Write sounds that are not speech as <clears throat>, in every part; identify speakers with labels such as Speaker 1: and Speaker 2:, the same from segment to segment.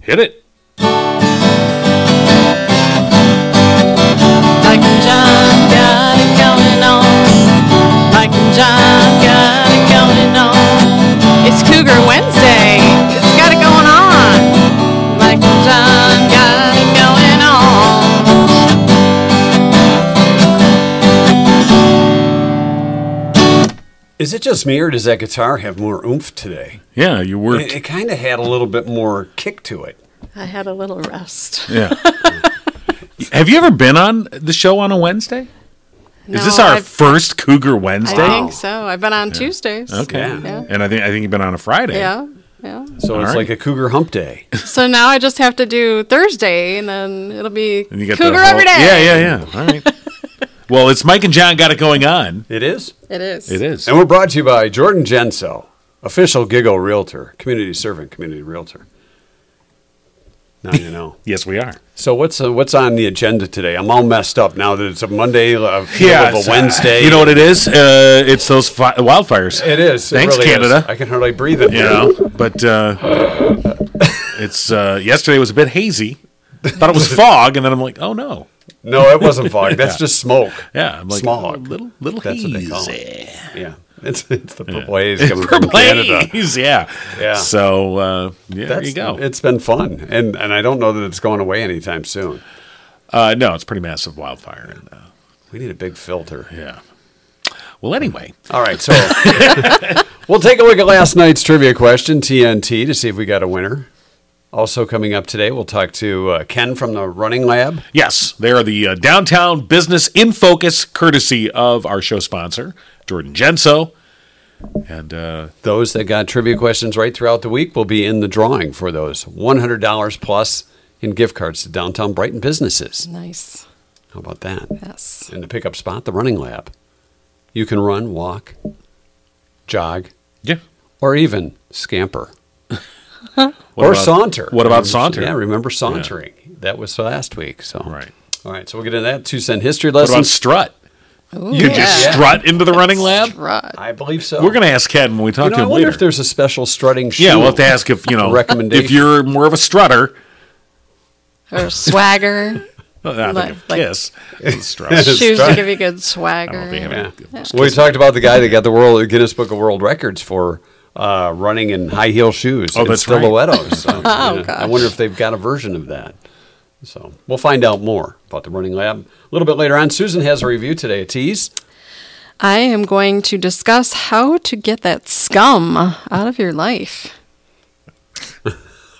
Speaker 1: Hit it.
Speaker 2: Mike and John got it going on. Mike and John got it going on. It's Cougar Wednesday. It's got it going on. Mike and John got it going on.
Speaker 3: Is it just me or does that guitar have more oomph today?
Speaker 1: Yeah, you
Speaker 3: It,
Speaker 1: worked.
Speaker 3: it kind of had a little bit more kick to it.
Speaker 2: I had a little rest.
Speaker 1: <laughs> Yeah. Have you ever been on the show on a Wednesday? Is this
Speaker 2: No,
Speaker 1: our
Speaker 2: I've-
Speaker 1: first Cougar
Speaker 2: I
Speaker 1: Wednesday?
Speaker 2: think so. I've been on Tuesdays.
Speaker 1: Okay.
Speaker 3: Yeah.
Speaker 2: Yeah.
Speaker 1: And I think I think you've been on a Friday.
Speaker 2: Yeah. Yeah.
Speaker 3: So
Speaker 1: All
Speaker 3: it's
Speaker 1: right.
Speaker 3: like a cougar
Speaker 1: <laughs>
Speaker 3: hump day.
Speaker 2: So now I just have to do Thursday, and then it'll be
Speaker 1: And you got the
Speaker 2: Cougar
Speaker 1: whole-
Speaker 2: every day.
Speaker 1: Yeah, yeah, yeah. All right.
Speaker 2: <laughs>
Speaker 1: well, it's Mike and John got it going on.
Speaker 3: It is.
Speaker 2: It is.
Speaker 1: It is.
Speaker 3: And we're brought to you by Jordan Genso, official Giggle Realtor, community servant, community realtor. Now
Speaker 1: <laughs>
Speaker 3: you know.
Speaker 1: Yes, we are.
Speaker 3: So what's uh, what's on the agenda today? I'm all messed up now that it's a Monday,
Speaker 1: <laughs>
Speaker 3: a feel of
Speaker 1: it's,
Speaker 3: a
Speaker 1: uh,
Speaker 3: Wednesday.
Speaker 1: you know what it is? Uh, it's those fi- wildfires.
Speaker 3: it is. It
Speaker 1: Thanks,
Speaker 3: really is.
Speaker 1: Canada.
Speaker 3: I can hardly breathe it.
Speaker 1: you know, but uh, it's uh, yesterday was a bit hazy. Thought it
Speaker 3: <laughs>
Speaker 1: was fog, and then I'm like, oh no,
Speaker 3: No, it wasn't
Speaker 1: <laughs>
Speaker 3: fog. That's just smoke.
Speaker 1: yeah, I'm like
Speaker 3: Smog.
Speaker 1: oh, little little
Speaker 3: That's what they
Speaker 1: hazy,
Speaker 3: call it. Yeah, it's it's the purple haze coming from
Speaker 1: purple
Speaker 3: Canada.
Speaker 1: haze, yeah,
Speaker 3: Yeah.
Speaker 1: So uh, yeah, there you go.
Speaker 3: It's been fun, and and I don't know that it's going away anytime soon.
Speaker 1: uh, no, it's a pretty massive wildfire, and, uh,
Speaker 3: We need a big filter.
Speaker 1: yeah. Well, anyway,
Speaker 3: All right,
Speaker 1: <laughs>
Speaker 3: so we'll take a look at last night's trivia question, TNT, to see if we got a winner. Also coming up today, we'll talk to uh, Ken from the Running Lab.
Speaker 1: yes, they are the uh, downtown business in focus, courtesy of our show sponsor, Jordan Genso, and uh,
Speaker 3: Those that got trivia questions right throughout the week will be in the drawing for those $100 plus in gift cards to downtown Brighton businesses.
Speaker 2: Nice.
Speaker 3: How about that?
Speaker 2: Yes.
Speaker 3: And the pickup spot, the running lab. You can run, walk, jog,
Speaker 1: yeah.
Speaker 3: or even scamper
Speaker 1: What
Speaker 3: or
Speaker 1: about-
Speaker 3: saunter.
Speaker 1: What about saunter?
Speaker 3: Yeah, remember sauntering. That was last week. So
Speaker 1: Right.
Speaker 3: All right, so we'll get into that two cent history
Speaker 1: What about
Speaker 3: lessons.
Speaker 1: strut? You just
Speaker 3: Oh, Yeah.
Speaker 1: strut into the running lab.
Speaker 2: Strut.
Speaker 3: I believe so.
Speaker 1: We're gonna ask Ken when we talk
Speaker 3: You know, I
Speaker 1: to him
Speaker 3: wonder
Speaker 1: later.
Speaker 3: if there's a special strutting shoe.
Speaker 1: yeah, we'll have to ask if you know
Speaker 3: Recommendation.
Speaker 1: if you're more of a strutter.
Speaker 2: Or swagger.
Speaker 1: Well, I
Speaker 2: Like-
Speaker 1: think of
Speaker 2: like-
Speaker 3: <laughs>
Speaker 1: kiss. It's strut.
Speaker 2: Shoes to give you good swagger.
Speaker 1: I'll be having
Speaker 3: Yeah.
Speaker 1: a- a-
Speaker 3: We talked about the guy that got the world Guinness Book of World Records for uh, running in high heel shoes.
Speaker 1: Oh,
Speaker 3: in
Speaker 1: that's right.
Speaker 3: stilettos.
Speaker 1: <laughs>
Speaker 3: So, you know, I
Speaker 2: gosh.
Speaker 3: wonder if they've got a version of that. So we'll find out more about the running lab a little bit later on. Susan has a review today. A tease. <laughs>
Speaker 2: I am going to discuss how to get that scum out of your life.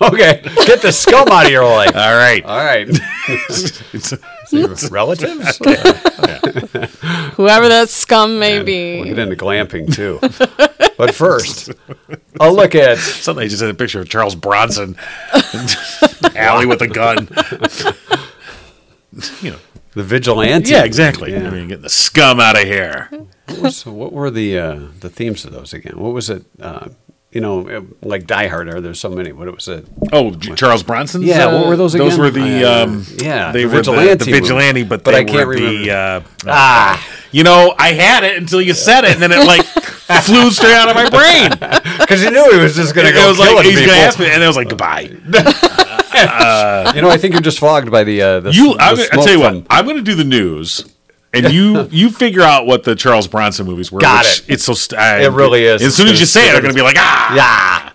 Speaker 3: Okay, get the scum out of your life.
Speaker 1: <laughs> All
Speaker 3: <laughs>
Speaker 1: right.
Speaker 3: All right,
Speaker 1: It's-
Speaker 3: relatives.
Speaker 2: Whoever that scum may
Speaker 3: We'll
Speaker 2: be.
Speaker 3: get into
Speaker 1: <laughs>
Speaker 3: glamping too. But first, I'll look at
Speaker 1: Suddenly, just had a picture of Charles Bronson, <laughs> alley with a gun. <laughs> you know.
Speaker 3: the vigilante.
Speaker 1: Yeah, exactly.
Speaker 3: Yeah.
Speaker 1: I mean, get the scum out of here.
Speaker 3: What was- what were the uh, the themes of those again? What was it? Uh, you know, uh, like Die Hard. Are there so many? What was uh, it?
Speaker 1: Oh, J- Charles Bronson's.
Speaker 3: Yeah,
Speaker 1: uh,
Speaker 3: what were those
Speaker 1: Those
Speaker 3: again?
Speaker 1: were the
Speaker 3: Uh,
Speaker 1: um,
Speaker 3: yeah,
Speaker 1: they
Speaker 3: the
Speaker 1: were the- the,
Speaker 3: vigilante
Speaker 1: vigilante,
Speaker 3: movie.
Speaker 1: but they
Speaker 3: But I can't
Speaker 1: were the uh,
Speaker 3: Ah,
Speaker 1: You know, I had it until you said it, and then it like <laughs> flew straight out of my brain.
Speaker 3: because you knew he was just going to
Speaker 1: And
Speaker 3: go
Speaker 1: <laughs> it was
Speaker 3: killing
Speaker 1: like he's
Speaker 3: people.
Speaker 1: gonna ask me, and I was like, goodbye.
Speaker 3: You know, I think you're just fogged by the uh, the,
Speaker 1: You,
Speaker 3: the
Speaker 1: I'm, I
Speaker 3: smoke
Speaker 1: tell you
Speaker 3: from-
Speaker 1: what, I'm gonna do the news,
Speaker 3: <laughs>
Speaker 1: and you you figure out what the Charles Bronson movies were.
Speaker 3: Got
Speaker 1: which
Speaker 3: it.
Speaker 1: It's so st- I-
Speaker 3: It really is.
Speaker 1: As soon as you
Speaker 3: It's-
Speaker 1: say it, I'm gonna be like, ah,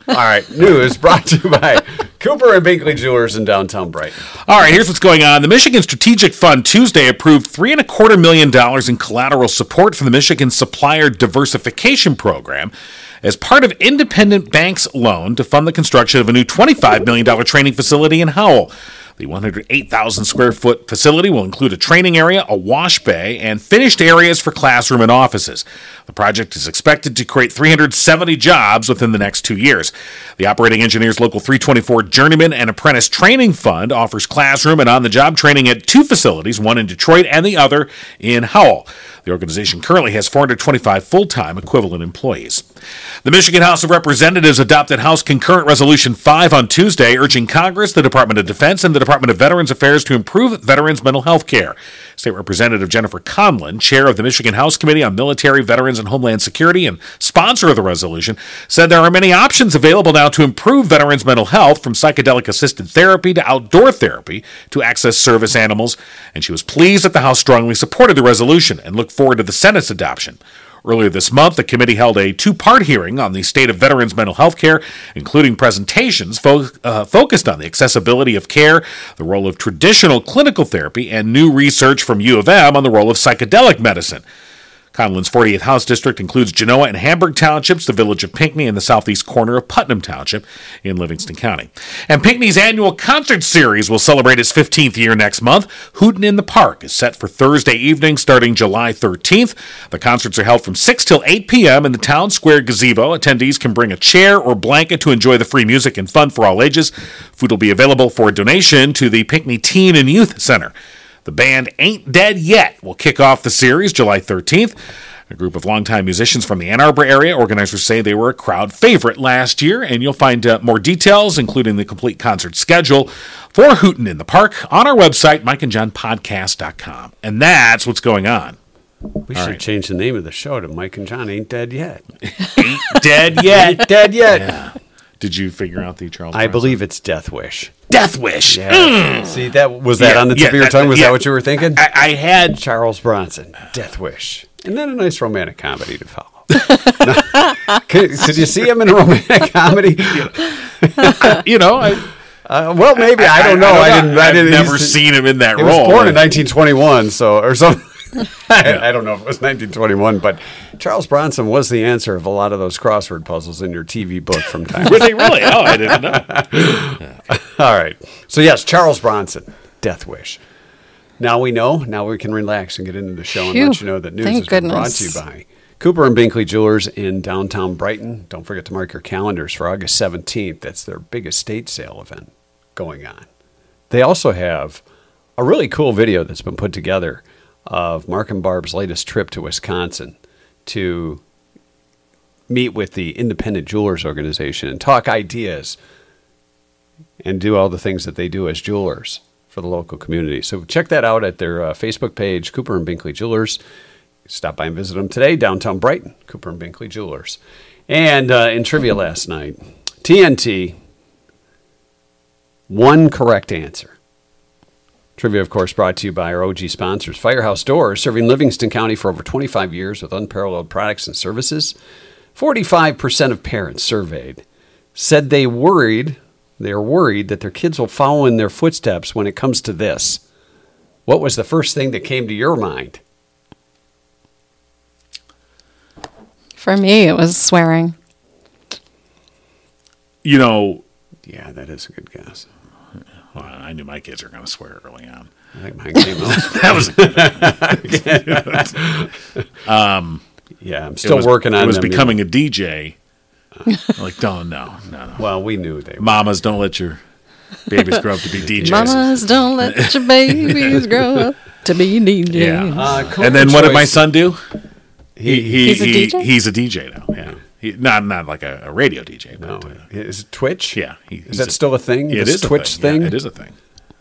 Speaker 3: Yeah. All right. News brought to you by Cooper and Binkley Jewelers in downtown Brighton.
Speaker 1: All right, here's what's going on. The Michigan Strategic Fund Tuesday approved three and a quarter million dollars in collateral support for the Michigan Supplier Diversification Program as part of Independent Bank's loan to fund the construction of a new $25 million training facility in Howell. The 108,000 square foot facility will include a training area, a wash bay, and finished areas for classroom and offices. The project is expected to create 370 jobs within the next two years. The Operating Engineers Local 324 Journeyman and Apprentice Training Fund offers classroom and on the job training at two facilities, one in Detroit and the other in Howell. The organization currently has 425 full time equivalent employees. The Michigan House of Representatives adopted House Concurrent Resolution 5 on Tuesday, urging Congress, the Department of Defense, and the Department of Veterans Affairs to improve veterans' mental health care. State Representative Jennifer Conlin, chair of the Michigan House Committee on Military, Veterans, and Homeland Security, and sponsor of the resolution, said there are many options available now to improve veterans' mental health, from psychedelic assisted therapy to outdoor therapy to access service animals, and she was pleased that the House strongly supported the resolution and looked forward to the Senate's adoption. Earlier this month, the committee held a two part hearing on the state of veterans' mental health care, including presentations fo- uh, focused on the accessibility of care, the role of traditional clinical therapy, and new research from U of M on the role of psychedelic medicine. Conlin's 40th House District includes Genoa and Hamburg Townships, the village of Pinckney, and the southeast corner of Putnam Township in Livingston County. And Pinckney's annual concert series will celebrate its 15th year next month. Hootin' in the Park is set for Thursday evening starting July 13th. The concerts are held from 6 till 8 p.m. in the town square gazebo. Attendees can bring a chair or blanket to enjoy the free music and fun for all ages. Food will be available for donation to the Pinckney Teen and Youth Center. The band Ain't Dead Yet will kick off the series July 13th. A group of longtime musicians from the Ann Arbor area. Organizers say they were a crowd favorite last year, and you'll find uh, more details, including the complete concert schedule for Hootin' in the Park, on our website, mikeandjohnpodcast.com. And that's what's going on.
Speaker 3: We should change the name of the show to Mike and John Ain't Dead Yet.
Speaker 1: Ain't
Speaker 3: <laughs>
Speaker 1: dead yet.
Speaker 3: Ain't dead yet.
Speaker 1: Did you figure out the Charles?
Speaker 3: I believe it's Death Wish.
Speaker 1: Death Wish.
Speaker 3: See that was that
Speaker 1: Yeah,
Speaker 3: on the tip
Speaker 1: yeah,
Speaker 3: of your
Speaker 1: that-
Speaker 3: tongue? Was
Speaker 1: yeah.
Speaker 3: that what you were thinking?
Speaker 1: I, I had
Speaker 3: Charles Bronson, Death Wish, and then a nice romantic comedy
Speaker 1: <laughs>
Speaker 3: to follow. Could, could you see him in a romantic comedy?
Speaker 1: you know I,
Speaker 3: Uh, well, maybe <laughs> I, don't know. I, didn't. I
Speaker 1: I've
Speaker 3: didn't
Speaker 1: never
Speaker 3: he's-
Speaker 1: seen him in that
Speaker 3: He was
Speaker 1: role.
Speaker 3: born in 1921, so
Speaker 1: <laughs>
Speaker 3: or something. I, I don't know if it was 1921, but Charles Bronson was the answer of a lot of those crossword puzzles in your TV book from time.
Speaker 1: <laughs> Were they really? Oh, I didn't know.
Speaker 3: <laughs> All right. So yes, Charles Bronson, Death Wish. Now we know. Now we can relax and get into the show
Speaker 2: Phew.
Speaker 3: and let you know that news
Speaker 2: Thank
Speaker 3: has been brought
Speaker 2: goodness.
Speaker 3: to you by Cooper and Binkley Jewelers in downtown Brighton. Don't forget to mark your calendars for August 17th. That's their big estate sale event going on. They also have a really cool video that's been put together of Mark and Barb's latest trip to Wisconsin to meet with the Independent Jewelers Organization and talk ideas and do all the things that they do as jewelers for the local community. So check that out at their uh, Facebook page, Cooper and Binkley Jewelers. Stop by and visit them today, downtown Brighton, Cooper and Binkley Jewelers. And uh, in trivia last night, TNT, one correct answer. Trivia, of course, brought to you by our OG sponsors, Firehouse Doors, serving Livingston County for over 25 years with unparalleled products and services. 45% of parents surveyed said they worried, they're worried that their kids will follow in their footsteps when it comes to this. What was the first thing that came to your mind?
Speaker 2: For me, it was swearing.
Speaker 1: <laughs> You know,
Speaker 3: Yeah, that is a good guess.
Speaker 1: well, I knew my kids were going to swear early on.
Speaker 3: I think mine came out.
Speaker 1: <laughs> That was it
Speaker 3: <laughs> Yeah, I'm still
Speaker 1: was-
Speaker 3: working on
Speaker 1: Um, It was
Speaker 3: them, you Uh. know.
Speaker 1: becoming a DJ. like, don't no, no, no.
Speaker 3: Well, we knew they.
Speaker 1: Mamas, don't let your babies grow up to be
Speaker 3: <laughs>
Speaker 1: DJs.
Speaker 2: Mamas,
Speaker 1: <laughs>
Speaker 2: don't let your babies grow up to be DJs.
Speaker 1: Yeah.
Speaker 3: Uh, Cooper
Speaker 1: and then what did my
Speaker 3: Choice-
Speaker 1: son do? He, he,
Speaker 2: He's a
Speaker 1: he-
Speaker 2: DJ?
Speaker 1: he's a DJ now. Yeah, he, not not like a, a radio DJ, but
Speaker 3: No,
Speaker 1: uh,
Speaker 3: is it Twitch?
Speaker 1: yeah. he- he's
Speaker 3: Is that still a thing?
Speaker 1: Yeah, it
Speaker 3: This
Speaker 1: is a
Speaker 3: Twitch
Speaker 1: thing.
Speaker 3: thing.
Speaker 1: Yeah, it is a thing.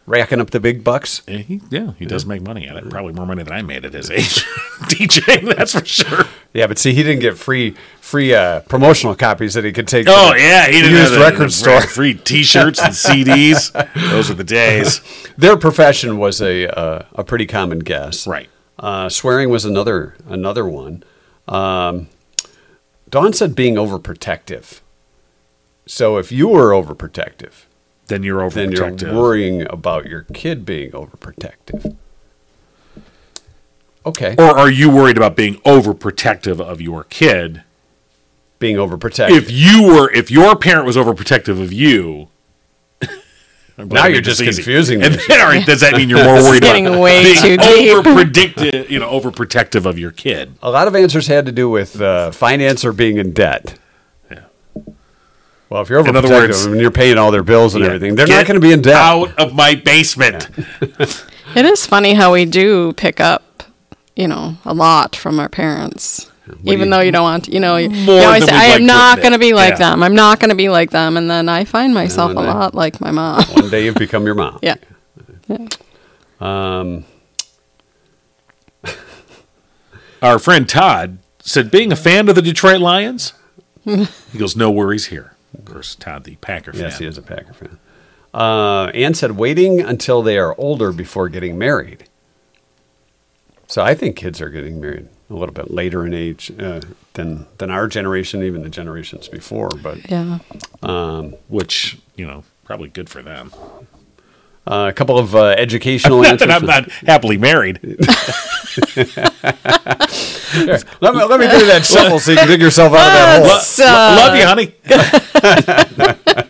Speaker 3: Racking up the big bucks.
Speaker 1: Yeah, he, yeah, he does make money at it. Probably more money than I made at his age. <laughs> DJing, that's for sure.
Speaker 3: Yeah, but see, he didn't get free free uh, promotional copies that he could take. to
Speaker 1: Oh
Speaker 3: the-
Speaker 1: yeah, he didn't
Speaker 3: Used
Speaker 1: have the-
Speaker 3: record
Speaker 1: the
Speaker 3: store.
Speaker 1: free T-shirts and <laughs> CDs. Those are the days,
Speaker 3: Their profession was a uh, a pretty common guess.
Speaker 1: right?
Speaker 3: Uh, swearing was another another one. Um, Dawn said being overprotective. So if you were overprotective,
Speaker 1: Then you're
Speaker 3: then
Speaker 1: overprotective.
Speaker 3: you're worrying about your kid being overprotective. Okay,
Speaker 1: or are you worried about being overprotective of your kid?
Speaker 3: being overprotective.
Speaker 1: If you were, if your parent was overprotective of you, <laughs> I'm glad
Speaker 3: Now
Speaker 1: I made
Speaker 3: you're
Speaker 1: this
Speaker 3: just confusing
Speaker 1: And
Speaker 3: me.
Speaker 1: then, all right, does that mean you're
Speaker 2: <laughs>
Speaker 1: more worried
Speaker 2: getting
Speaker 1: about
Speaker 2: way
Speaker 1: being
Speaker 2: too deep.
Speaker 1: overpredictive, you know, overprotective of your kid?
Speaker 3: A lot of answers had to do with uh, finance or being in debt. Well, if you're
Speaker 1: In other words-
Speaker 3: overprotective and you're paying all their bills and
Speaker 1: Yeah.
Speaker 3: everything, they're
Speaker 1: Get
Speaker 3: not going to be in debt.
Speaker 1: Out of my basement.
Speaker 2: It is funny how we do pick up you know, a lot from our parents.
Speaker 3: do
Speaker 2: Even
Speaker 3: you-
Speaker 2: though you don't want, to, you know, you
Speaker 1: More
Speaker 2: you always
Speaker 1: than
Speaker 2: say,
Speaker 1: we'd
Speaker 2: I
Speaker 1: like to
Speaker 2: am not
Speaker 1: admit."
Speaker 2: going to be like
Speaker 1: Yeah.
Speaker 2: them. I'm not going to be like them. And then I find myself
Speaker 3: and
Speaker 2: a
Speaker 3: I-
Speaker 2: lot like
Speaker 1: <laughs>
Speaker 2: my mom.
Speaker 3: One day you've become your mom.
Speaker 2: yeah. Yeah.
Speaker 3: Um,
Speaker 1: Our friend Todd said, being a fan of the Detroit Lions, he goes, no worries here. Of course, Todd, the Packer fan.
Speaker 3: yes, he is a Packer fan. Uh, Anne said, waiting until they are older before getting married. So I think kids are getting married a little bit later in age uh, than than our generation, even the generations before. But um,
Speaker 2: Yeah.
Speaker 1: Which, you know, probably good for them.
Speaker 3: uh, a couple of uh, educational
Speaker 1: <laughs> Not
Speaker 3: answers.
Speaker 1: that I'm not happily married.
Speaker 3: Let me, let me do that shuffle so you can dig yourself out of that hole.
Speaker 1: <laughs> Lo- lo-
Speaker 2: So-
Speaker 1: love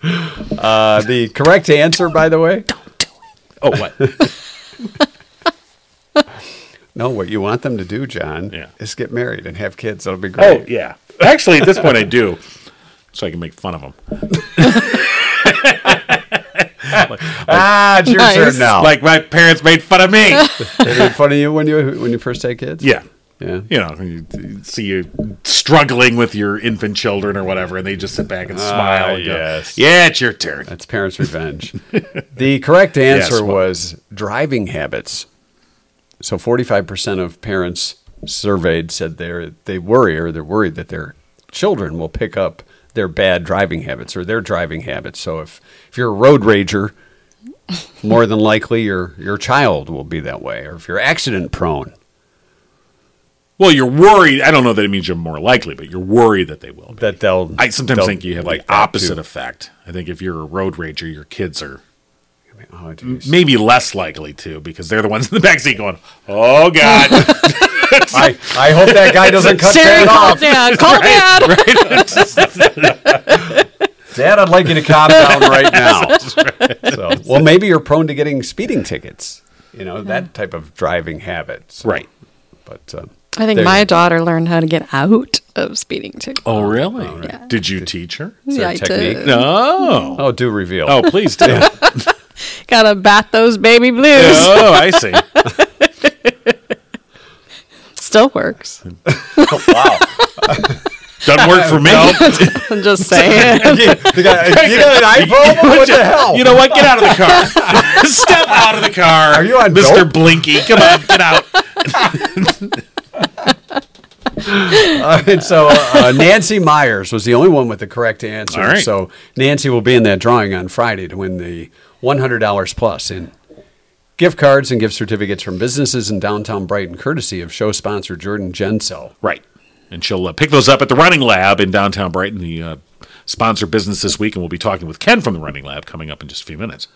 Speaker 1: you,
Speaker 3: <laughs>
Speaker 1: honey.
Speaker 3: Uh, the correct answer, by the way.
Speaker 1: Oh, what?
Speaker 3: No, what you want them to do, John,
Speaker 1: Yeah.
Speaker 3: is get married and have kids. That'll be
Speaker 1: Oh,
Speaker 3: great.
Speaker 1: yeah. Actually, at this point, I do. So I can make fun of him.
Speaker 3: Ah, it's your
Speaker 2: Nice.
Speaker 3: turn now.
Speaker 1: Like my parents made fun of me.
Speaker 3: They made fun of you when you when you first had kids.
Speaker 1: yeah.
Speaker 3: yeah.
Speaker 1: You know, you you see you struggling with your infant children or whatever, and they just sit back and smile. and go,
Speaker 3: Ah, yes.
Speaker 1: Yeah, it's your turn.
Speaker 3: That's parents' revenge. <laughs> the correct answer
Speaker 1: Yes, well-
Speaker 3: was driving habits. So forty-five percent of parents surveyed said they are they worry or they're worried that their children will pick up their bad driving habits or their driving habits. So if if you're a road rager, more than likely your your child will be that way. Or if you're accident prone,
Speaker 1: Well, you're worried. I don't know that it means you're more likely, but you're worried that they will. Be.
Speaker 3: that they'll.
Speaker 1: I sometimes
Speaker 3: they'll
Speaker 1: think you have
Speaker 3: like
Speaker 1: the opposite effect. I think if you're a road rager, your kids are
Speaker 3: Of- oh, geez.
Speaker 1: maybe less likely to because they're the ones in the backseat going, "Oh God!"
Speaker 3: <laughs> I, I hope that guy
Speaker 1: <laughs>
Speaker 3: doesn't cut
Speaker 2: Siri,
Speaker 3: that
Speaker 2: call
Speaker 3: off.
Speaker 2: dad. Call dad.
Speaker 3: Dad, I'd like you to <laughs> calm down right now. so, well, maybe you're prone to getting speeding tickets. You know that type of driving habit. So-
Speaker 1: right.
Speaker 3: But um,
Speaker 2: I think
Speaker 3: there
Speaker 2: my
Speaker 3: you go.
Speaker 2: daughter learned how to get out of speeding too.
Speaker 1: Oh, really?
Speaker 2: Yeah.
Speaker 1: Did you teach her?
Speaker 3: Is
Speaker 2: Yeah,
Speaker 3: there a
Speaker 2: I
Speaker 3: technique?
Speaker 2: did.
Speaker 1: No.
Speaker 3: Oh, do reveal.
Speaker 1: Oh, please do.
Speaker 2: Gotta bat those baby
Speaker 1: <laughs>
Speaker 2: blues.
Speaker 1: Oh, I see.
Speaker 2: Still works.
Speaker 3: Oh, wow!
Speaker 1: <laughs> Doesn't work
Speaker 3: <laughs>
Speaker 1: for me. <laughs>
Speaker 2: I'm just <laughs> saying.
Speaker 3: <laughs> you, you got, you got an iPhone? What the hell?
Speaker 1: You know what? Get out of the car.
Speaker 3: <laughs>
Speaker 1: Step out of the car. Are
Speaker 3: you on
Speaker 1: Mr.
Speaker 3: dope?
Speaker 1: Blinky? Come on, get out.
Speaker 3: All right, so uh, Nancy Myers was the only one with the correct answer.
Speaker 1: All right.
Speaker 3: So Nancy will be in that drawing on Friday to win the one hundred dollars plus in gift cards and gift certificates from businesses in downtown Brighton, courtesy of show sponsor Jordan Gensel.
Speaker 1: Right. And she'll uh, pick those up at the Running Lab in downtown Brighton, the uh, sponsor business this week. And we'll be talking with Ken from the Running Lab coming up in just a few minutes.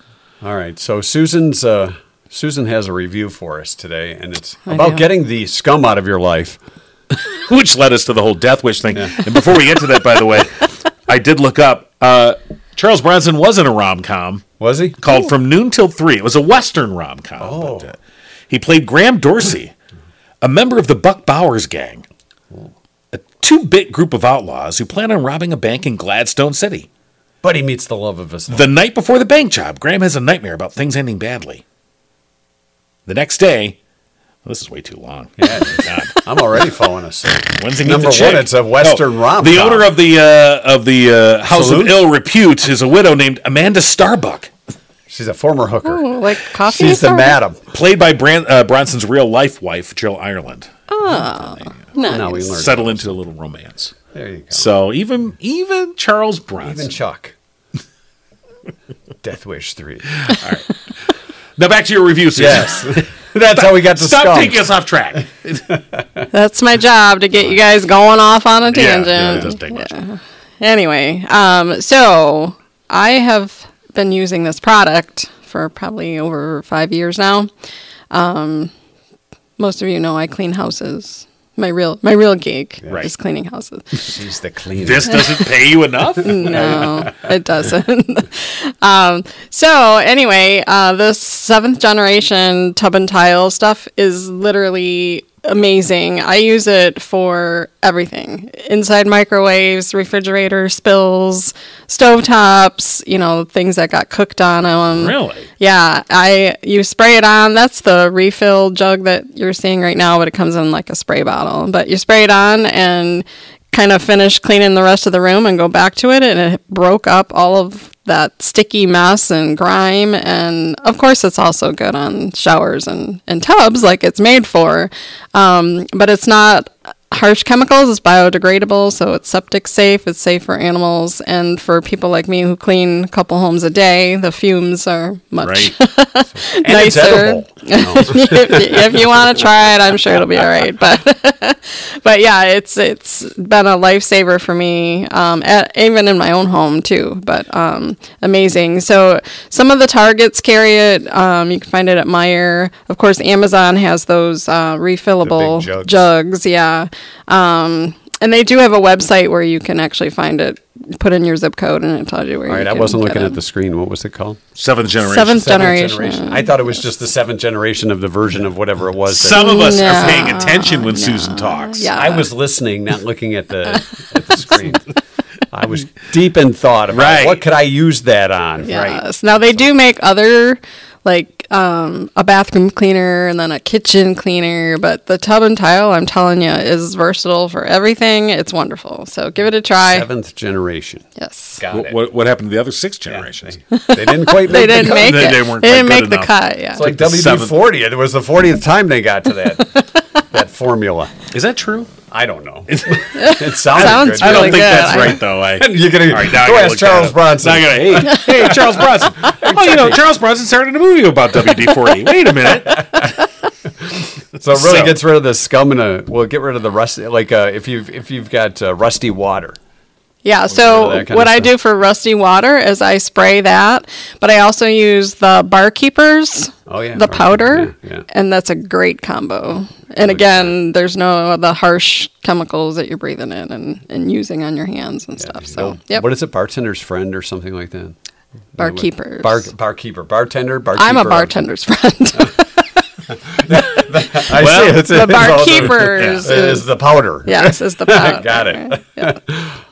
Speaker 3: All right. So Susan's uh, Susan has a review for us today, and it's
Speaker 2: I
Speaker 3: about
Speaker 2: do.
Speaker 3: getting the scum out of your life.
Speaker 1: Which led us to the whole death wish thing. And before we get to that, by the way, I did look up uh, Charles Bronson was in a rom com
Speaker 3: Was he?
Speaker 1: called From Noon Till Three. It was a Western rom com.
Speaker 3: Oh.
Speaker 1: he played Graham Dorsey, a member of the Buck Bowers gang, a two bit group of outlaws who plan on robbing a bank in Gladstone City.
Speaker 3: But he meets the love of his life.
Speaker 1: The night before the bank job, Graham has a nightmare about things ending badly. The next day, well, this is way too long. God.
Speaker 3: <laughs> I'm already falling asleep.
Speaker 1: When's he meet
Speaker 3: Number
Speaker 1: the chick?
Speaker 3: one, it's a Western rom.
Speaker 1: The owner of the uh, of the uh, House
Speaker 3: Saloon?
Speaker 1: of Ill Repute is a widow named Amanda Starbuck,
Speaker 3: she's a former hooker.
Speaker 2: Oh, like coffee.
Speaker 3: she's the
Speaker 2: or-
Speaker 3: madam.
Speaker 1: played by Bran- uh, Bronson's real life wife, Jill Ireland.
Speaker 2: Nice.
Speaker 3: Now we learned.
Speaker 1: Settle into a little romance.
Speaker 3: There you go.
Speaker 1: So even even Charles Bronson.
Speaker 3: Even Chuck. Death
Speaker 1: <laughs>
Speaker 3: Wish three.
Speaker 1: now back to your review, Susan.
Speaker 3: Yes, <laughs> that's how we got the
Speaker 1: Stop
Speaker 3: scum.
Speaker 1: taking us off track.
Speaker 2: That's my job to get you guys going off on a
Speaker 1: yeah,
Speaker 2: tangent.
Speaker 1: yeah, it does take much.
Speaker 2: Anyway, um, so I have been using this product for probably over five years now. Um, most of you know I clean houses. My real my real gig
Speaker 1: Right.
Speaker 2: is cleaning houses.
Speaker 3: She's the cleaner.
Speaker 1: This doesn't pay you enough.
Speaker 2: no, it doesn't. <laughs> um, so anyway, uh, this seventh generation tub and tile stuff is literally uh, amazing. I use it for everything inside microwaves, refrigerators, spills, stovetops, you know, things that got cooked on them.
Speaker 1: Really?
Speaker 2: Yeah. I You spray it on. That's the refill jug that you're seeing right now, but it comes in like a spray bottle. But you spray it on and kind of finish cleaning the rest of the room and go back to it. And it broke up all of that sticky mess and grime. And of course, it's also good on showers and, and tubs, like it's made for. Um, but it's not harsh chemicals, it's biodegradable, so it's septic safe, it's safe for animals. And for people like me who clean a couple homes a day, the fumes are much <laughs>
Speaker 1: Right.
Speaker 3: And it's
Speaker 2: nicer.
Speaker 3: edible. No.
Speaker 2: <laughs> if, if you want to try it, I'm sure it'll be all right. But <laughs> but yeah, it's it's been a lifesaver for me, um, at, even in my own home too. But um, amazing. So some of the Targets carry it. Um, you can find it at Meyer. Of course, Amazon has those uh, refillable
Speaker 3: jugs.
Speaker 2: jugs. Yeah. Um, and they do have a website where you can actually find it. Put in your zip code, and it tells you where.
Speaker 3: All
Speaker 2: you
Speaker 3: right, I
Speaker 2: can
Speaker 3: wasn't
Speaker 2: get
Speaker 3: looking
Speaker 2: it.
Speaker 3: at the screen. What was it called?
Speaker 1: Seventh generation.
Speaker 2: Seventh
Speaker 3: Seventh
Speaker 2: generation.
Speaker 3: I thought it was just the seventh generation of the version of whatever it was. That
Speaker 1: Some of us are
Speaker 2: No,
Speaker 1: paying attention when Susan talks.
Speaker 2: Yeah.
Speaker 3: I was listening, not looking
Speaker 2: <laughs>
Speaker 3: at the, at the screen. I was deep in thought about
Speaker 1: Right.
Speaker 3: what could I use that on. Right.
Speaker 2: Yes. Now they do make other like um, a bathroom cleaner and then a kitchen cleaner, but the tub and tile, I'm telling you, is versatile for everything. It's wonderful. So give it a try.
Speaker 3: Seventh generation.
Speaker 2: Yes.
Speaker 3: Got
Speaker 1: What,
Speaker 3: it.
Speaker 1: what, what happened to the other six
Speaker 3: Yeah,
Speaker 1: generations?
Speaker 3: <laughs> They, they didn't quite.
Speaker 2: <laughs> They
Speaker 3: make
Speaker 2: didn't
Speaker 3: the cut.
Speaker 1: <laughs>
Speaker 2: make
Speaker 1: They-
Speaker 2: it.
Speaker 1: they
Speaker 2: They,
Speaker 1: weren't
Speaker 2: didn't
Speaker 1: quite
Speaker 2: make
Speaker 1: good
Speaker 2: the
Speaker 1: enough.
Speaker 2: cut. Yeah.
Speaker 3: It's like
Speaker 1: The
Speaker 3: WD forty. It was the fortieth time they got
Speaker 2: <laughs>
Speaker 3: to that that formula.
Speaker 1: Is that true?
Speaker 3: I don't know. <laughs> it sounded
Speaker 2: Sounds
Speaker 3: good.
Speaker 1: I don't
Speaker 2: Really
Speaker 1: think
Speaker 2: good.
Speaker 1: that's
Speaker 2: I-
Speaker 1: right, though.
Speaker 3: <laughs>
Speaker 1: I,
Speaker 3: You're gonna
Speaker 1: All right, now I
Speaker 3: go
Speaker 1: gotta
Speaker 3: ask
Speaker 1: look that
Speaker 3: Charles
Speaker 1: up.
Speaker 3: Bronson.
Speaker 1: Now I gotta- <laughs> hey, hey, Charles
Speaker 3: <laughs>
Speaker 1: Bronson. Oh, you know, Charles Bronson started a movie about WD-40. Wait a minute.
Speaker 3: <laughs> So it really
Speaker 1: So-
Speaker 3: gets rid of the scum and a well, get rid of the rusty. Like uh, if you've if you've got uh, rusty water,
Speaker 2: Yeah, so
Speaker 3: that kind of
Speaker 2: what I
Speaker 3: stuff.
Speaker 2: do for rusty water is I spray that, but I also use the barkeepers,
Speaker 3: Oh, yeah,
Speaker 2: the
Speaker 3: Barkeeper,
Speaker 2: powder,
Speaker 3: yeah, yeah.
Speaker 2: and that's a great combo. And again, there's no the harsh chemicals that you're breathing in and, and using on your hands and stuff. So, yep,
Speaker 3: what is it, bartender's friend or something like that?
Speaker 2: barkeepers.
Speaker 3: Bar, barkeeper, bartender, barkeeper.
Speaker 2: I'm a bartender's
Speaker 3: <laughs>
Speaker 2: friend.
Speaker 3: I
Speaker 1: Well,
Speaker 3: see. It's,
Speaker 2: the
Speaker 3: it's all the-
Speaker 2: barkeepers
Speaker 3: <laughs> It is
Speaker 2: is,
Speaker 3: the powder.
Speaker 2: <laughs> yes, is the
Speaker 3: <laughs>
Speaker 2: powder.
Speaker 3: Got it.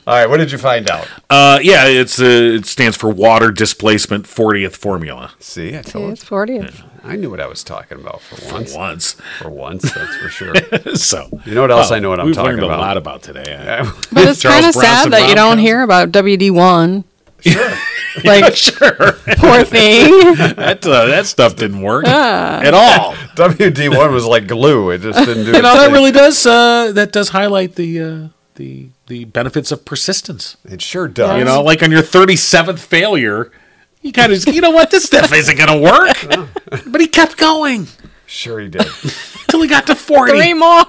Speaker 3: All right. What did you find out?
Speaker 1: Uh, yeah, it's uh, it stands for Water Displacement 40th Formula.
Speaker 3: See, I told
Speaker 2: It's 40th.
Speaker 3: you. I knew what I was talking about for once. <laughs>
Speaker 1: Once,
Speaker 3: For once, that's for <laughs> sure.
Speaker 1: <laughs> so
Speaker 3: You know what else I know what I'm
Speaker 1: we've
Speaker 3: talking
Speaker 1: learned
Speaker 3: about.
Speaker 1: a lot about today. I-
Speaker 2: But it's
Speaker 1: Charles
Speaker 2: kind of
Speaker 1: Bronson
Speaker 2: sad that
Speaker 1: Brown
Speaker 2: you don't
Speaker 1: Cow.
Speaker 2: hear about
Speaker 3: <laughs>
Speaker 2: WD1. Sure. like,
Speaker 1: sure,
Speaker 2: poor thing.
Speaker 1: <laughs> that uh, that stuff didn't work at
Speaker 3: <laughs>
Speaker 1: all.
Speaker 3: WD one was like glue. It just didn't do.
Speaker 1: You know
Speaker 3: its
Speaker 1: that
Speaker 3: thing.
Speaker 1: really does uh, that does highlight the uh, the the benefits of persistence.
Speaker 3: It sure does.
Speaker 1: You know, like on your 37th failure, you kind of you know what this stuff isn't going to work. but he kept going
Speaker 3: sure he <laughs> did.
Speaker 1: till he got to 40.
Speaker 2: Three
Speaker 3: <laughs>
Speaker 2: more.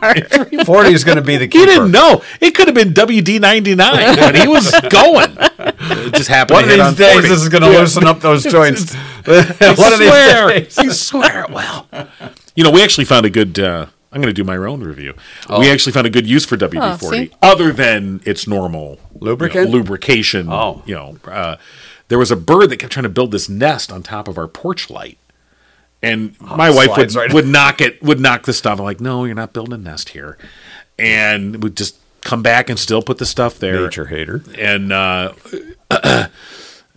Speaker 3: Forty is going to be the
Speaker 1: He
Speaker 3: keeper.
Speaker 1: didn't know. It could have been WD 99, but he was going. It just happened
Speaker 3: One
Speaker 1: to
Speaker 3: of
Speaker 1: hit
Speaker 3: these
Speaker 1: on
Speaker 3: days,
Speaker 1: 40.
Speaker 3: this is going to loosen up <laughs> those joints. <laughs> One
Speaker 1: I <laughs>
Speaker 3: of these
Speaker 1: swear.
Speaker 3: days.
Speaker 1: You swear it will. You know, we actually found a good. Uh, I'm going to do my own review.
Speaker 3: Oh.
Speaker 1: We actually found a good use for WD-40,
Speaker 2: Oh, see?
Speaker 1: other than its normal
Speaker 3: Lubricant?
Speaker 1: you know, lubrication.
Speaker 3: Oh.
Speaker 1: you know, uh, there was a bird that kept trying to build this nest on top of our porch light, and my
Speaker 3: Oh, it
Speaker 1: wife would
Speaker 3: slides right-
Speaker 1: would knock it would knock the stuff. I'm like, no, you're not building a nest here, and would just come back and still put the stuff there
Speaker 3: Nature hater.
Speaker 1: and uh, <clears throat> oh,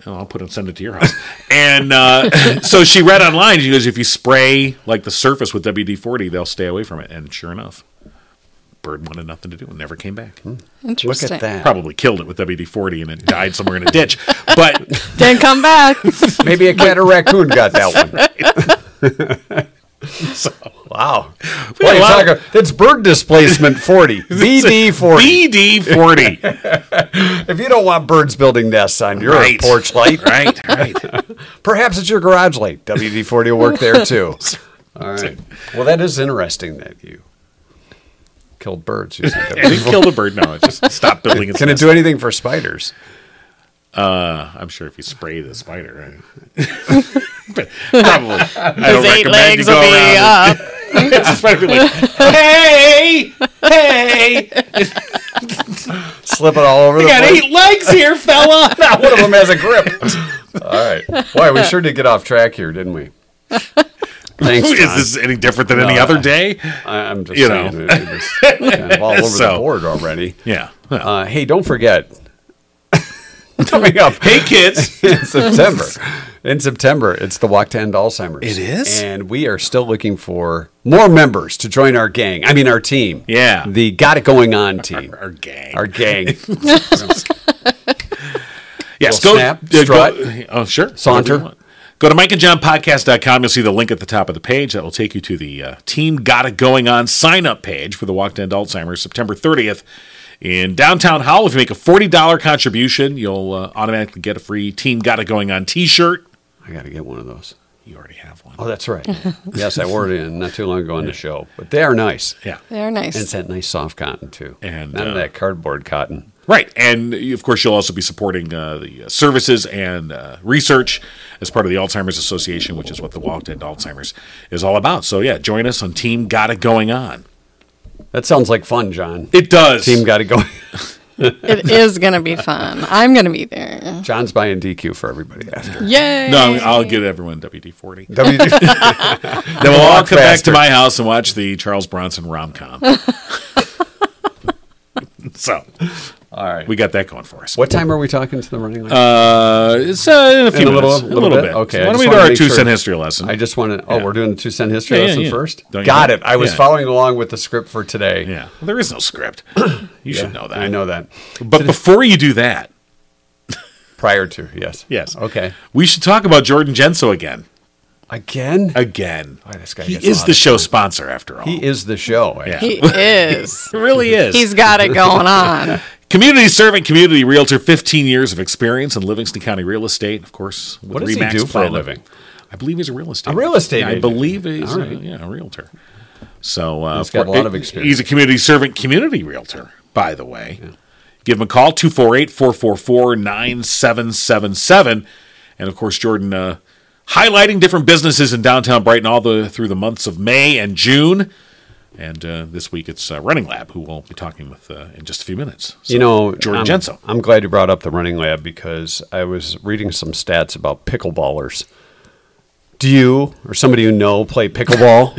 Speaker 1: I'll put it send it to your house. And uh, <laughs> so she read online. She goes, if you spray like the surface with WD forty, they'll stay away from it. And sure enough, bird wanted nothing to do and never came back.
Speaker 2: Hmm.
Speaker 3: Look
Speaker 2: Interesting.
Speaker 3: at that.
Speaker 1: Probably killed it with WD forty and it died somewhere in a ditch. But
Speaker 2: <laughs> Didn't come back.
Speaker 3: <laughs> Maybe a cat or raccoon got that one.
Speaker 1: <laughs>
Speaker 3: <laughs> wow.
Speaker 1: got
Speaker 3: Well,
Speaker 1: a
Speaker 3: you
Speaker 1: lot
Speaker 3: talk
Speaker 1: of-
Speaker 3: about, it's bird displacement
Speaker 1: <laughs>
Speaker 3: 40. BD 40.
Speaker 1: BD
Speaker 2: <laughs>
Speaker 1: forty,
Speaker 3: if you don't want birds building nests on your
Speaker 1: Right.
Speaker 3: porch light,
Speaker 1: right, right.
Speaker 3: perhaps it's your garage light. WD 40 will
Speaker 1: <laughs>
Speaker 3: work there too. All right. Well, that is interesting that you killed birds. using
Speaker 1: And <laughs>
Speaker 3: WD-40.
Speaker 1: it killed a bird. No, it just stopped building. Its
Speaker 3: Can it
Speaker 1: nest.
Speaker 3: do anything for spiders?
Speaker 1: I'm sure if you spray the spider,
Speaker 2: <laughs>
Speaker 1: but <laughs> probably. I don't
Speaker 2: His eight
Speaker 1: recommend
Speaker 2: legs
Speaker 1: you go
Speaker 2: will be
Speaker 1: around
Speaker 2: up.
Speaker 3: <laughs>
Speaker 1: It's just right, like, hey, hey,
Speaker 3: Slip it all over the
Speaker 1: you got
Speaker 3: place.
Speaker 1: eight legs here, fella. <laughs> <laughs>
Speaker 3: One <laughs> of them has a grip. All right. Boy, we sure did get off track here, didn't we? Thanks,
Speaker 1: Is
Speaker 3: John.
Speaker 1: this any different than any
Speaker 3: No,
Speaker 1: other
Speaker 3: I-
Speaker 1: day?
Speaker 3: I, I'm just
Speaker 1: You
Speaker 3: saying,
Speaker 1: know.
Speaker 3: it- it
Speaker 1: <laughs>
Speaker 3: was kind of all over
Speaker 1: So-
Speaker 3: the board already.
Speaker 1: Yeah. Well,
Speaker 3: Uh, hey, don't forget <laughs> coming up
Speaker 1: hey, kids.
Speaker 3: in September. In September, it's the Walk to End
Speaker 1: It
Speaker 3: Alzheimer's.
Speaker 1: is?
Speaker 3: and we are still looking for more members to join our gang. I mean, our team.
Speaker 1: Yeah.
Speaker 3: the Got It Going On team.
Speaker 1: Our gang.
Speaker 3: <laughs> Our gang.
Speaker 1: <laughs> yes,
Speaker 3: Little
Speaker 1: go,
Speaker 3: snap,
Speaker 1: yeah, go-
Speaker 3: strut.
Speaker 1: Oh, sure.
Speaker 3: Saunter.
Speaker 1: Whatever you want. Go to mikeandjohnpodcast.com. You'll see the link at the top of the page. That will take you to the uh, Team Got It Going On sign up page for the Walk to End Alzheimer's September 30th in downtown Howell. If you make a $40 contribution, you'll uh, automatically get a free Team Got It Going On t shirt.
Speaker 3: I got to get one of those.
Speaker 1: You already have one.
Speaker 3: Oh, that's right. yes, I wore it in not too long ago on the show, but they are nice.
Speaker 1: Yeah.
Speaker 2: They're nice.
Speaker 3: And it's that nice soft cotton too,
Speaker 1: And,
Speaker 3: not
Speaker 1: uh,
Speaker 3: that cardboard cotton.
Speaker 1: Right, and uh, of course, you'll also be supporting uh, the uh, services and uh, research as part of the Alzheimer's Association, which is what the Walk to End Alzheimer's is all about. So, yeah, join us on Team Got It Going On.
Speaker 3: That sounds like fun, John.
Speaker 1: It does.
Speaker 3: Team got it going.
Speaker 2: it is going to be fun. I'm going to be there.
Speaker 3: John's buying DQ for everybody after.
Speaker 2: Yay.
Speaker 1: no, I'll get everyone WD
Speaker 3: <laughs>
Speaker 1: forty. Then
Speaker 3: WD-
Speaker 1: we'll all come back
Speaker 3: faster.
Speaker 1: to my house and watch the Charles Bronson rom
Speaker 3: <laughs>
Speaker 1: com. <laughs> so
Speaker 3: All right.
Speaker 1: we got that going for us.
Speaker 3: what time are we talking to the running? Light?
Speaker 1: Uh, it's uh, in a few
Speaker 3: In a
Speaker 1: minutes, a
Speaker 3: little- little
Speaker 1: little
Speaker 3: bit?
Speaker 1: bit.
Speaker 3: Okay, I
Speaker 1: why don't
Speaker 3: just
Speaker 1: we do
Speaker 3: wanna
Speaker 1: our
Speaker 3: make
Speaker 1: two cent
Speaker 3: sure-
Speaker 1: history lesson?
Speaker 3: I just want to. Oh,
Speaker 1: yeah.
Speaker 3: we're doing the two cent history
Speaker 1: Yeah, yeah,
Speaker 3: lesson
Speaker 1: yeah.
Speaker 3: first.
Speaker 1: Don't you
Speaker 3: Got
Speaker 1: know?
Speaker 3: it. I was
Speaker 1: Yeah.
Speaker 3: following along with the script for today.
Speaker 1: yeah, well, there is no
Speaker 3: <clears throat>
Speaker 1: script. You should know that.
Speaker 3: I know that.
Speaker 1: But before you do that,
Speaker 3: Prior to yes,
Speaker 1: Yes.
Speaker 3: Okay.
Speaker 1: we should talk about Jordan Genso again.
Speaker 3: Again,
Speaker 1: Again.
Speaker 3: Boy, this guy
Speaker 1: He
Speaker 3: gets
Speaker 1: is
Speaker 3: on.
Speaker 1: the show sponsor after all.
Speaker 3: He is the show. eh?
Speaker 1: Yeah.
Speaker 3: <laughs>
Speaker 2: He is.
Speaker 1: It really is.
Speaker 2: He's got it going on.
Speaker 1: Community servant, community realtor, 15 years of experience in Livingston County real estate. Of course, with
Speaker 3: What does he
Speaker 1: Remax
Speaker 3: do for a
Speaker 1: Platinum.
Speaker 3: living?
Speaker 1: I believe he's a real estate.
Speaker 3: A real estate
Speaker 1: agent.
Speaker 3: agent.
Speaker 1: I believe he's
Speaker 3: All
Speaker 1: a-
Speaker 3: right.
Speaker 1: yeah, a realtor. So uh,
Speaker 3: He's
Speaker 1: of
Speaker 3: got a
Speaker 1: course-
Speaker 3: lot of
Speaker 1: He's
Speaker 3: experience.
Speaker 1: a community servant, community realtor, by the way. Give him a call 248-444-9777. and of course Jordan uh, highlighting different businesses in downtown Brighton all the through the months of May and June. And uh, this week it's uh, Running Lab, who we'll be talking with uh, in just a few minutes. So,
Speaker 3: You know, um,
Speaker 1: Jordan
Speaker 3: I'm,
Speaker 1: Genso.
Speaker 3: I'm glad you brought up the running lab because I was reading some stats about pickleballers. Do you or somebody you know play pickleball?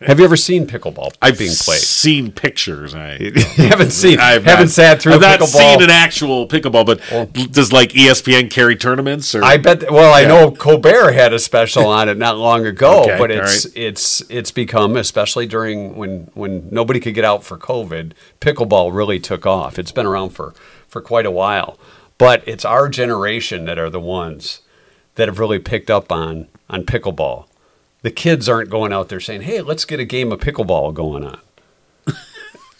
Speaker 1: <laughs>
Speaker 3: Have you ever seen pickleball
Speaker 1: I've
Speaker 3: being played?
Speaker 1: seen pictures. I
Speaker 3: <laughs> You haven't seen.
Speaker 1: I've
Speaker 3: haven't
Speaker 1: not-
Speaker 3: sat through
Speaker 1: I've
Speaker 3: a
Speaker 1: not
Speaker 3: pickleball.
Speaker 1: seen an actual pickleball, but does like E ESPN carry tournaments? Or
Speaker 3: I bet. Well, I know Colbert had a special on it not long
Speaker 1: <laughs>
Speaker 3: ago,
Speaker 1: Okay,
Speaker 3: but
Speaker 1: all
Speaker 3: it's
Speaker 1: right.
Speaker 3: it's it's become especially during when when nobody could get out for COVID, pickleball really took off. It's been around for for quite a while, but it's our generation that are the ones that have really picked up on on pickleball. The kids aren't going out there saying, "Hey, let's get a game of pickleball
Speaker 1: <laughs>
Speaker 3: going on."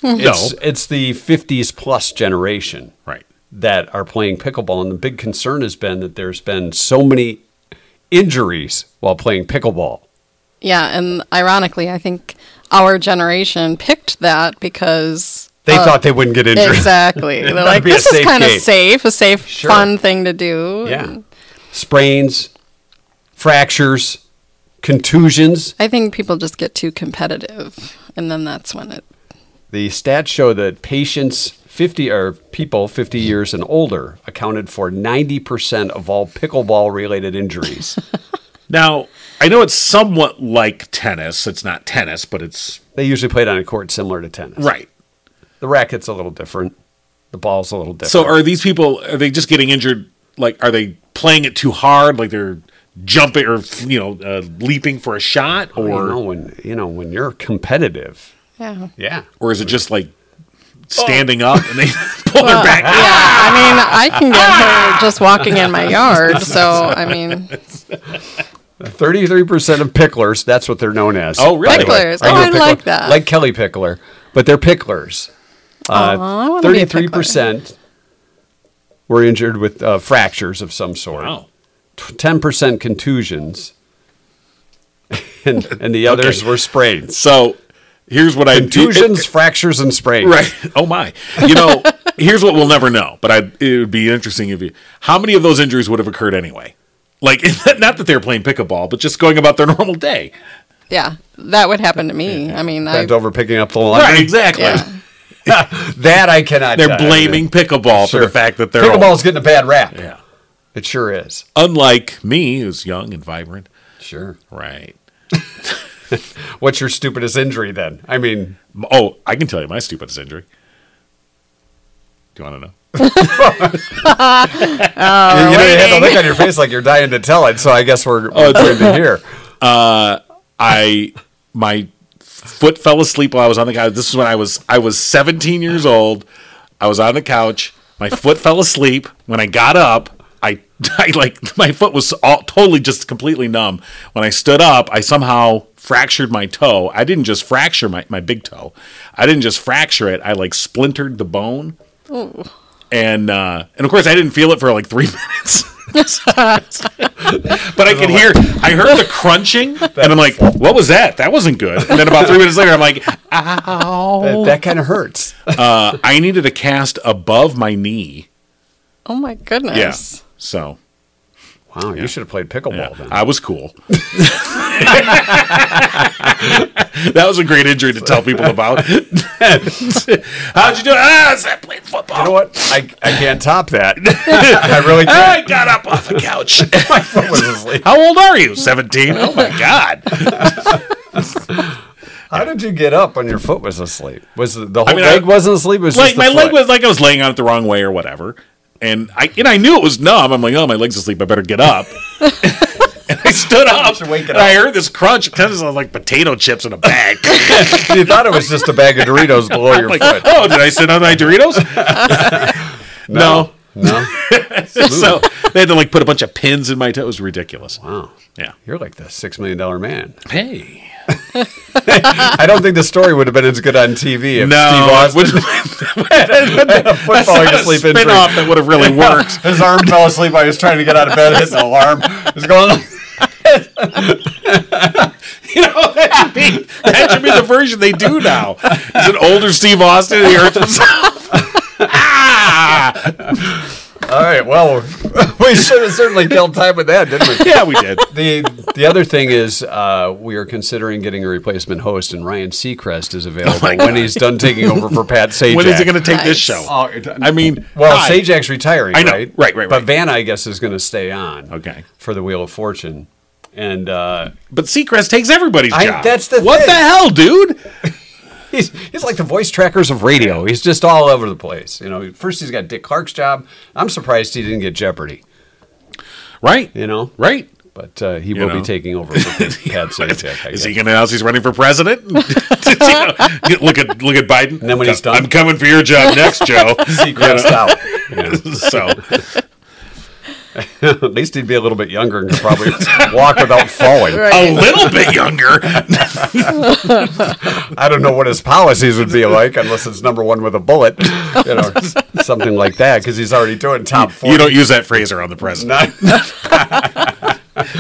Speaker 3: It's, it's the 50s plus generation
Speaker 1: right.
Speaker 3: that are playing pickleball. And the big concern has been that there's been so many injuries while playing pickleball.
Speaker 2: Yeah, and ironically, I think our generation picked that
Speaker 3: <laughs>
Speaker 2: because
Speaker 3: They
Speaker 1: Uh,
Speaker 3: thought they wouldn't get injured.
Speaker 2: exactly they're like
Speaker 3: be a
Speaker 2: this is
Speaker 3: safe
Speaker 2: kind of
Speaker 3: game."
Speaker 2: safe, a safe,
Speaker 3: Sure.
Speaker 2: fun thing to do.
Speaker 3: Yeah.
Speaker 2: And
Speaker 3: Sprains, fractures, contusions.
Speaker 2: I think people just get too competitive, and then that's when it.
Speaker 3: The stats show that patients 50 or people 50 years and older accounted for 90% of all pickleball
Speaker 1: <laughs>
Speaker 3: related injuries.
Speaker 1: Now I know it's somewhat like tennis. It's not tennis, but it's
Speaker 3: they usually played on a court similar to tennis.
Speaker 1: right.
Speaker 3: The racket's a little different. The ball's a little different.
Speaker 1: So are these people? Are they just getting injured? Like, are they playing it too hard? Like they're jumping or you know uh, leaping for a shot, or
Speaker 3: you know when you know when you're competitive.
Speaker 2: Yeah.
Speaker 3: Yeah.
Speaker 1: or is it just like standing up and they <laughs> pull their back?
Speaker 3: <laughs>
Speaker 2: Yeah, I mean, I can get hurt just walking in my yard. So, I mean,
Speaker 3: 33% of picklers, that's what they're known as.
Speaker 1: Oh, really?
Speaker 3: by the way.
Speaker 2: Picklers.
Speaker 3: Are you
Speaker 2: Oh,
Speaker 3: a
Speaker 2: I like that.
Speaker 3: Like Kelly Pickler, but they're picklers.
Speaker 2: Aw, I wanna be a pickler.
Speaker 3: 33% were injured with uh, fractures of some sort.
Speaker 1: Wow.
Speaker 3: T- 10% contusions. <laughs> and, and the others were sprains.
Speaker 1: So here's what I do.
Speaker 3: Contusions, fractures, and sprains.
Speaker 1: Right. Oh my. You know, here's what we'll never know, but I it would be interesting if you how many of those injuries would have occurred anyway. Like <laughs> not that they were playing pickleball, but just going about their <laughs> normal day.
Speaker 2: yeah, that would happen to me. I mean, I,
Speaker 3: Bent over picking up the laundry.
Speaker 1: Right, exactly.
Speaker 2: yeah.
Speaker 3: That I cannot
Speaker 1: They're
Speaker 3: tell you.
Speaker 1: blaming pickleball
Speaker 3: Sure.
Speaker 1: for the fact that they're
Speaker 3: Pickleball's getting a bad rap.
Speaker 1: old. Yeah.
Speaker 3: It sure is.
Speaker 1: Unlike me, who's young and vibrant.
Speaker 3: Sure.
Speaker 1: Right.
Speaker 3: What's your stupidest injury then? I mean,
Speaker 1: Oh, I can tell you my stupidest injury. Do you want to know?
Speaker 3: you didn't have the look on your face like you're dying to tell it. So I guess we're, we're trying to hear.
Speaker 1: I my foot fell asleep while I was on the couch. This is when I was I was 17 years old. I was on the couch. My foot fell asleep. When I got up, I, <laughs> I like my foot was all, totally just completely numb. When I stood up, I somehow fractured my toe. I didn't just fracture my, my big toe. I didn't just fracture it. I like splintered the bone. And uh, and of course, I didn't feel it for like three <laughs> minutes. but I could hear, I heard the crunching, and I'm like, "What was that? That wasn't good." And then about three minutes later, I'm like,
Speaker 3: That, that kind of hurts.
Speaker 1: uh, "I needed a cast above my knee."
Speaker 2: Oh my goodness.
Speaker 1: Yeah. So
Speaker 3: Wow, you should have played
Speaker 1: yeah,
Speaker 3: pickleball then.
Speaker 1: I was cool. <laughs> that was a great injury to tell people about. <laughs> How'd you do? it? Ah, I played football.
Speaker 3: you know what? I, I can't top
Speaker 1: <laughs>
Speaker 3: that. <laughs> I really can't.
Speaker 1: I got up off the couch.
Speaker 3: My foot was asleep.
Speaker 1: How old are you? 17? Oh my God.
Speaker 3: How did you get up when your foot was asleep? Was the, the whole
Speaker 1: mean, I-
Speaker 3: leg wasn't asleep? It was
Speaker 1: like
Speaker 3: just the
Speaker 1: my leg
Speaker 3: foot.
Speaker 1: was like I was laying on it the wrong way or whatever, and I and I knew it was numb. I'm like, oh, my leg's asleep. I better get
Speaker 3: <laughs>
Speaker 1: up. and I stood up,
Speaker 3: should wake it
Speaker 1: and I heard this crunch. It kind of sounded like potato chips in a
Speaker 3: <laughs>
Speaker 1: bag.
Speaker 3: You thought it was just a bag of Doritos below your
Speaker 1: like,
Speaker 3: foot.
Speaker 1: oh, did I sit on my Doritos? no.
Speaker 3: No.
Speaker 1: <laughs> so they had to like put a bunch of pins in my toe. It was ridiculous.
Speaker 3: Wow.
Speaker 1: Yeah.
Speaker 3: You're like the six million dollar man.
Speaker 1: Hey. <laughs>
Speaker 3: I don't think the story would have been as good on TV if Steve
Speaker 1: No,
Speaker 3: Austin <laughs> had a foot falling
Speaker 1: a
Speaker 3: asleep
Speaker 1: spin
Speaker 3: injury.
Speaker 1: off that would have really worked. <laughs>
Speaker 3: His arm fell asleep while he was trying to get out of bed. His alarm was going. like-
Speaker 1: You know, that should be that should be the version they do now. Is an older Steve Austin and he hurts himself? <laughs> ah!
Speaker 3: All right. Well, <laughs> we should have certainly killed time with that, didn't we?
Speaker 1: Yeah, we did.
Speaker 3: The the other thing is uh, we are considering getting a replacement host, and Ryan Seacrest is available
Speaker 1: Oh my
Speaker 3: when he's done taking over for Pat
Speaker 1: <laughs> <laughs>
Speaker 3: Sajak.
Speaker 1: When is he going to take this
Speaker 2: Nice.
Speaker 1: show?
Speaker 3: Oh, it-
Speaker 1: I mean,
Speaker 3: Well,
Speaker 1: hi.
Speaker 3: Sajak's retiring,
Speaker 1: I know.
Speaker 3: right?
Speaker 1: Right, right,
Speaker 3: But
Speaker 1: right.
Speaker 3: Vanna, I guess, is going to stay on.
Speaker 1: Okay.
Speaker 3: For the Wheel of Fortune, and uh,
Speaker 1: But Seacrest takes everybody's
Speaker 3: I-
Speaker 1: job.
Speaker 3: that's the
Speaker 1: what
Speaker 3: thing.
Speaker 1: the hell, dude?
Speaker 3: he's he's like the voice trackers of radio. He's just all over the place. You know, first he's got Dick Clark's job. I'm surprised he didn't get Jeopardy.
Speaker 1: Right?
Speaker 3: You know,
Speaker 1: Right?
Speaker 3: but uh, he will
Speaker 1: know.
Speaker 3: be taking
Speaker 1: <laughs>
Speaker 3: over for Pat Sajak. I
Speaker 1: Is
Speaker 3: guess.
Speaker 1: he going to announce he's running for president?
Speaker 3: <laughs>
Speaker 1: <laughs> You know, look at look at Biden.
Speaker 3: then when he's done-
Speaker 1: I'm coming for your job next, Joe.
Speaker 3: <laughs>
Speaker 1: <laughs>
Speaker 3: Seacrest out. Yeah. <laughs>
Speaker 1: so
Speaker 3: At least he'd be a little bit younger and
Speaker 1: <laughs>
Speaker 3: could probably walk without falling.
Speaker 1: a little bit younger.
Speaker 3: <laughs> I don't know what his policies would be like unless it's number one with a bullet,
Speaker 1: <laughs>
Speaker 3: you know, something like that, because he's already doing top four.
Speaker 1: you don't use that phrase around the president. <laughs>
Speaker 3: Not-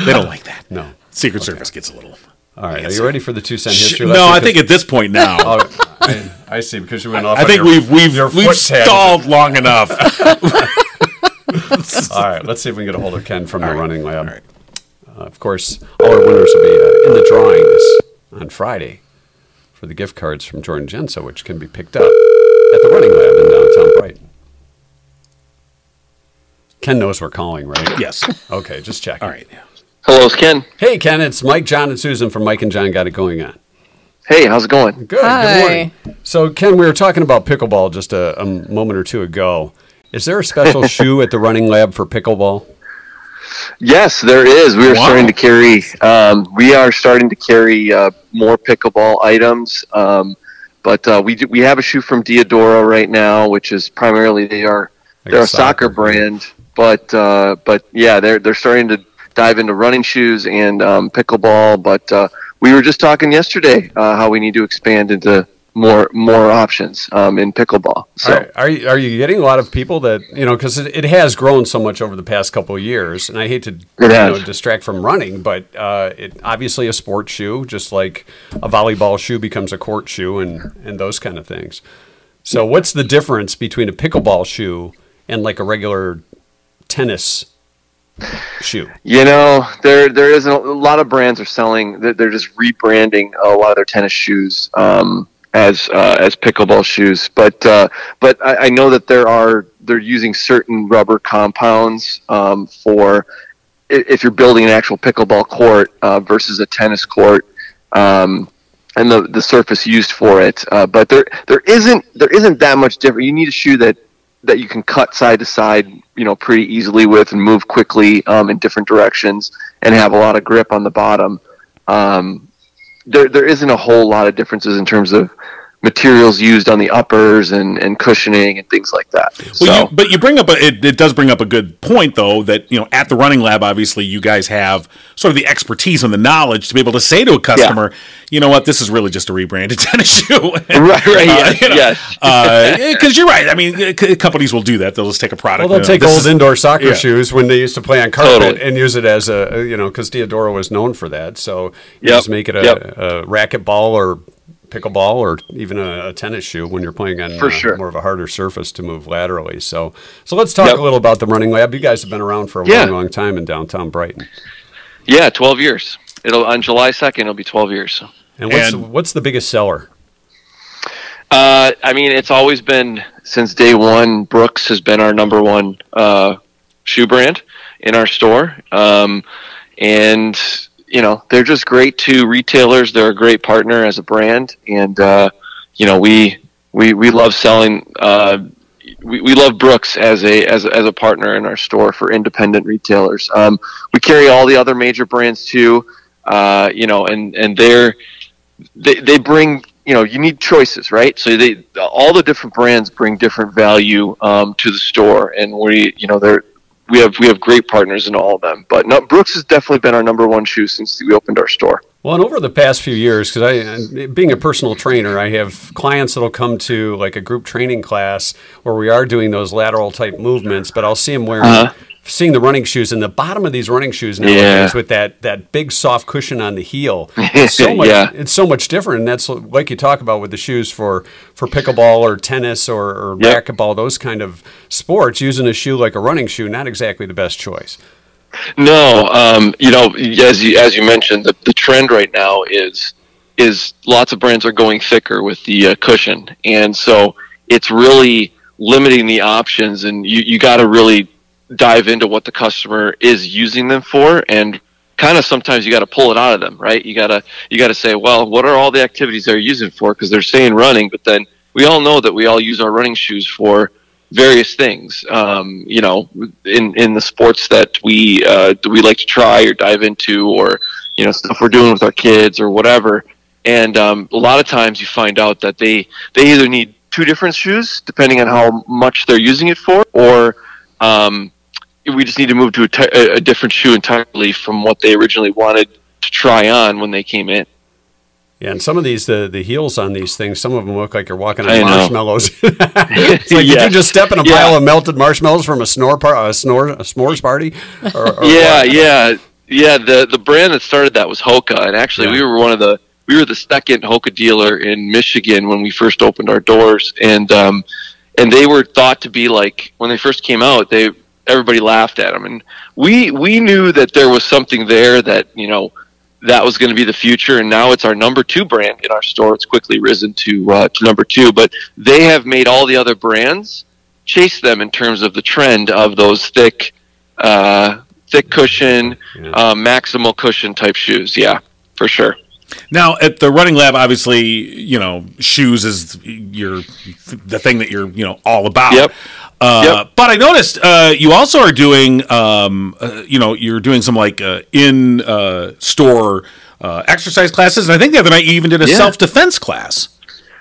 Speaker 1: They don't like that.
Speaker 3: no.
Speaker 1: Secret Service gets a little.
Speaker 3: All right. Are you ready for the two cent
Speaker 1: Sh-
Speaker 3: history?
Speaker 1: no, I think at this point now,
Speaker 3: <laughs> Oh, I, I see because you went off.
Speaker 1: I
Speaker 3: on
Speaker 1: think
Speaker 3: your-
Speaker 1: we've we've
Speaker 3: your
Speaker 1: we've
Speaker 3: foot tangent.
Speaker 1: stalled long enough. <laughs>
Speaker 3: All right, let's see if we can get a hold of Ken from the
Speaker 1: right.
Speaker 3: running lab.
Speaker 1: All right.
Speaker 3: Uh, of course, all our winners will be uh, in the drawings on Friday for the gift cards from Jordan Genso, which can be picked up at the running lab in downtown Brighton. Ken knows we're calling, right? <laughs>
Speaker 1: yes.
Speaker 3: Okay, just check.
Speaker 1: All right.
Speaker 4: Hello, it's Ken.
Speaker 3: Hey, Ken, it's Mike, John, and Susan from Mike and John Got It Going On.
Speaker 4: Hey, how's it going?
Speaker 3: Good.
Speaker 2: Hi.
Speaker 3: Good morning. So, Ken, we were talking about pickleball just a, a moment or two ago. Is there a special
Speaker 1: <laughs>
Speaker 3: shoe at the running lab for pickleball?
Speaker 4: Yes, there is. We are
Speaker 1: Wow.
Speaker 4: starting to carry. Um, we are starting to carry uh, more pickleball items. Um, but uh, we do, we have a shoe from Diodora right now, which is primarily they are
Speaker 3: Like
Speaker 4: they're
Speaker 3: a
Speaker 4: a soccer,
Speaker 3: soccer.
Speaker 4: brand. But uh, but yeah, they're they're starting to dive into running shoes and um, pickleball. But uh, we were just talking yesterday uh, how we need to expand into more more options um, in pickleball. So.
Speaker 3: Are, are you are you getting a lot of people that you know because it, it has grown so much over the past couple of years, and I hate to you know,
Speaker 4: has.
Speaker 3: distract from running, but uh, it obviously a sports shoe, just like a volleyball shoe becomes a court shoe, and and those kind of things. So what's the difference between a pickleball shoe and like a regular tennis shoe?
Speaker 4: You know, there there is a lot of brands are selling. They're they're just rebranding a lot of their tennis shoes um, as uh, as pickleball shoes. But uh, but I, I know that there are they're using certain rubber compounds um, for i- if you're building an actual pickleball court uh, versus a tennis court um, and the, the surface used for it. Uh, but there there isn't there isn't that much different. You need a shoe that that you can cut side to side, you know, pretty easily with and move quickly um, in different directions and have a lot of grip on the bottom. Um, there there isn't a whole lot of differences in terms of materials used on the uppers and, and cushioning and things like that.
Speaker 1: Well,
Speaker 4: so,
Speaker 1: you, but you bring up a, it, it does bring up a good point though that you know at the running lab obviously you guys have sort of the expertise and the knowledge to be able to say to a customer you know what this is really just a rebranded <laughs> tennis shoe
Speaker 4: <laughs> right, right,
Speaker 1: Uh,
Speaker 4: yes,
Speaker 1: you know,
Speaker 4: yes.
Speaker 1: because you're right I mean uh, c- companies will do that they'll just take a product
Speaker 3: Well, they'll
Speaker 1: you know,
Speaker 3: take
Speaker 1: this
Speaker 3: old
Speaker 1: is-
Speaker 3: indoor soccer
Speaker 1: yeah.
Speaker 3: shoes when they used to play on carpet
Speaker 4: Totally.
Speaker 3: and use it as a, you know, because Diodoro was known for that. So you
Speaker 4: Yep,
Speaker 3: just make it a,
Speaker 4: yep.
Speaker 3: a racquetball or pickleball or even a, a tennis shoe when you're playing on uh,
Speaker 4: For sure.
Speaker 3: more of a harder surface to move laterally. So, so let's talk
Speaker 4: Yep.
Speaker 3: a little about the running lab. You guys have been around for a
Speaker 4: Yeah.
Speaker 3: long, long time in downtown Brighton.
Speaker 4: yeah, 12 years. It'll on July 2nd, it'll be 12 years.
Speaker 3: And what's,
Speaker 1: And-
Speaker 3: what's the biggest seller?
Speaker 4: Uh, I mean, it's always been since day one. Brooks has been our number one uh, shoe brand in our store, um, and you know they're just great to retailers. They're a great partner as a brand, and uh, you know we we we love selling. Uh, we, we love Brooks as a as a, as a partner in our store for independent retailers. Um, we carry all the other major brands too, uh, you know, and and they're they, they bring you know you need choices right so they all the different brands bring different value um, to the store and we you know they're we have we have great partners in all of them but no, brooks has definitely been our number one shoe since we opened our store
Speaker 3: Well, and over the past few years, because I, being a personal trainer, I have clients that'll come to like a group training class where we are doing those lateral type movements, but I'll see them wearing, seeing the running shoes, and the bottom of these running shoes nowadays
Speaker 4: Uh-huh. Yeah.
Speaker 3: with that that big soft cushion on the
Speaker 4: <laughs>
Speaker 3: heel. It's so much,
Speaker 4: Yeah.
Speaker 3: it's so much different, and that's like you talk about with the shoes for for pickleball or tennis or, or
Speaker 4: Yep.
Speaker 3: racquetball, those kind of sports. Using a shoe like a running shoe, not exactly the best choice.
Speaker 4: No, um, you know, as you as you mentioned, the, the trend right now is is lots of brands are going thicker with the uh, cushion, and so it's really limiting the options, and you you got to really dive into what the customer is using them for, and kind of sometimes you got to pull it out of them, right? You gotta you gotta say, well, what are all the activities they're using for? Because they're saying running, but then we all know that we all use our running shoes for various things. Um, you know, in in the sports that we uh, that we like to try or dive into, or you know, stuff we're doing with our kids or whatever. And um, a lot of times you find out that they they either need two different shoes depending on how much they're using it for, or um, we just need to move to a ti- a a different shoe entirely from what they originally wanted to try on when they came in.
Speaker 3: Yeah, and some of these the the heels on these things, some of them look like you're walking on
Speaker 4: I know.
Speaker 3: marshmallows. <laughs> it's like did
Speaker 4: <laughs> Yeah.
Speaker 3: you just step in a
Speaker 4: Yeah.
Speaker 3: pile of melted marshmallows from a snore par- a snore a s'mores party? Or, or
Speaker 4: yeah,
Speaker 3: what?
Speaker 4: yeah, yeah. The the brand that started that was Hoka, and actually
Speaker 3: Yeah.
Speaker 4: we were one of the we were the second Hoka dealer in Michigan when we first opened our doors, and um, and they were thought to be like when they first came out, they everybody laughed at them, and we we knew that there was something there that you know that was going to be the future, and now it's our number two brand in our store. It's quickly risen to uh, to number two, but they have made all the other brands chase them in terms of the trend of those thick, uh, thick cushion,
Speaker 3: Yeah.
Speaker 4: uh, maximal cushion type shoes. Yeah, for sure.
Speaker 1: Now at the running lab, obviously, you know, shoes is your the thing that you're you know all about.
Speaker 4: Yep.
Speaker 1: Uh,
Speaker 4: Yep.
Speaker 1: But I noticed uh, you also are doing, um, uh, you know, you're doing some like uh, in uh, store uh, exercise classes, and I think the other night you even did a
Speaker 4: Yeah.
Speaker 1: self defense class.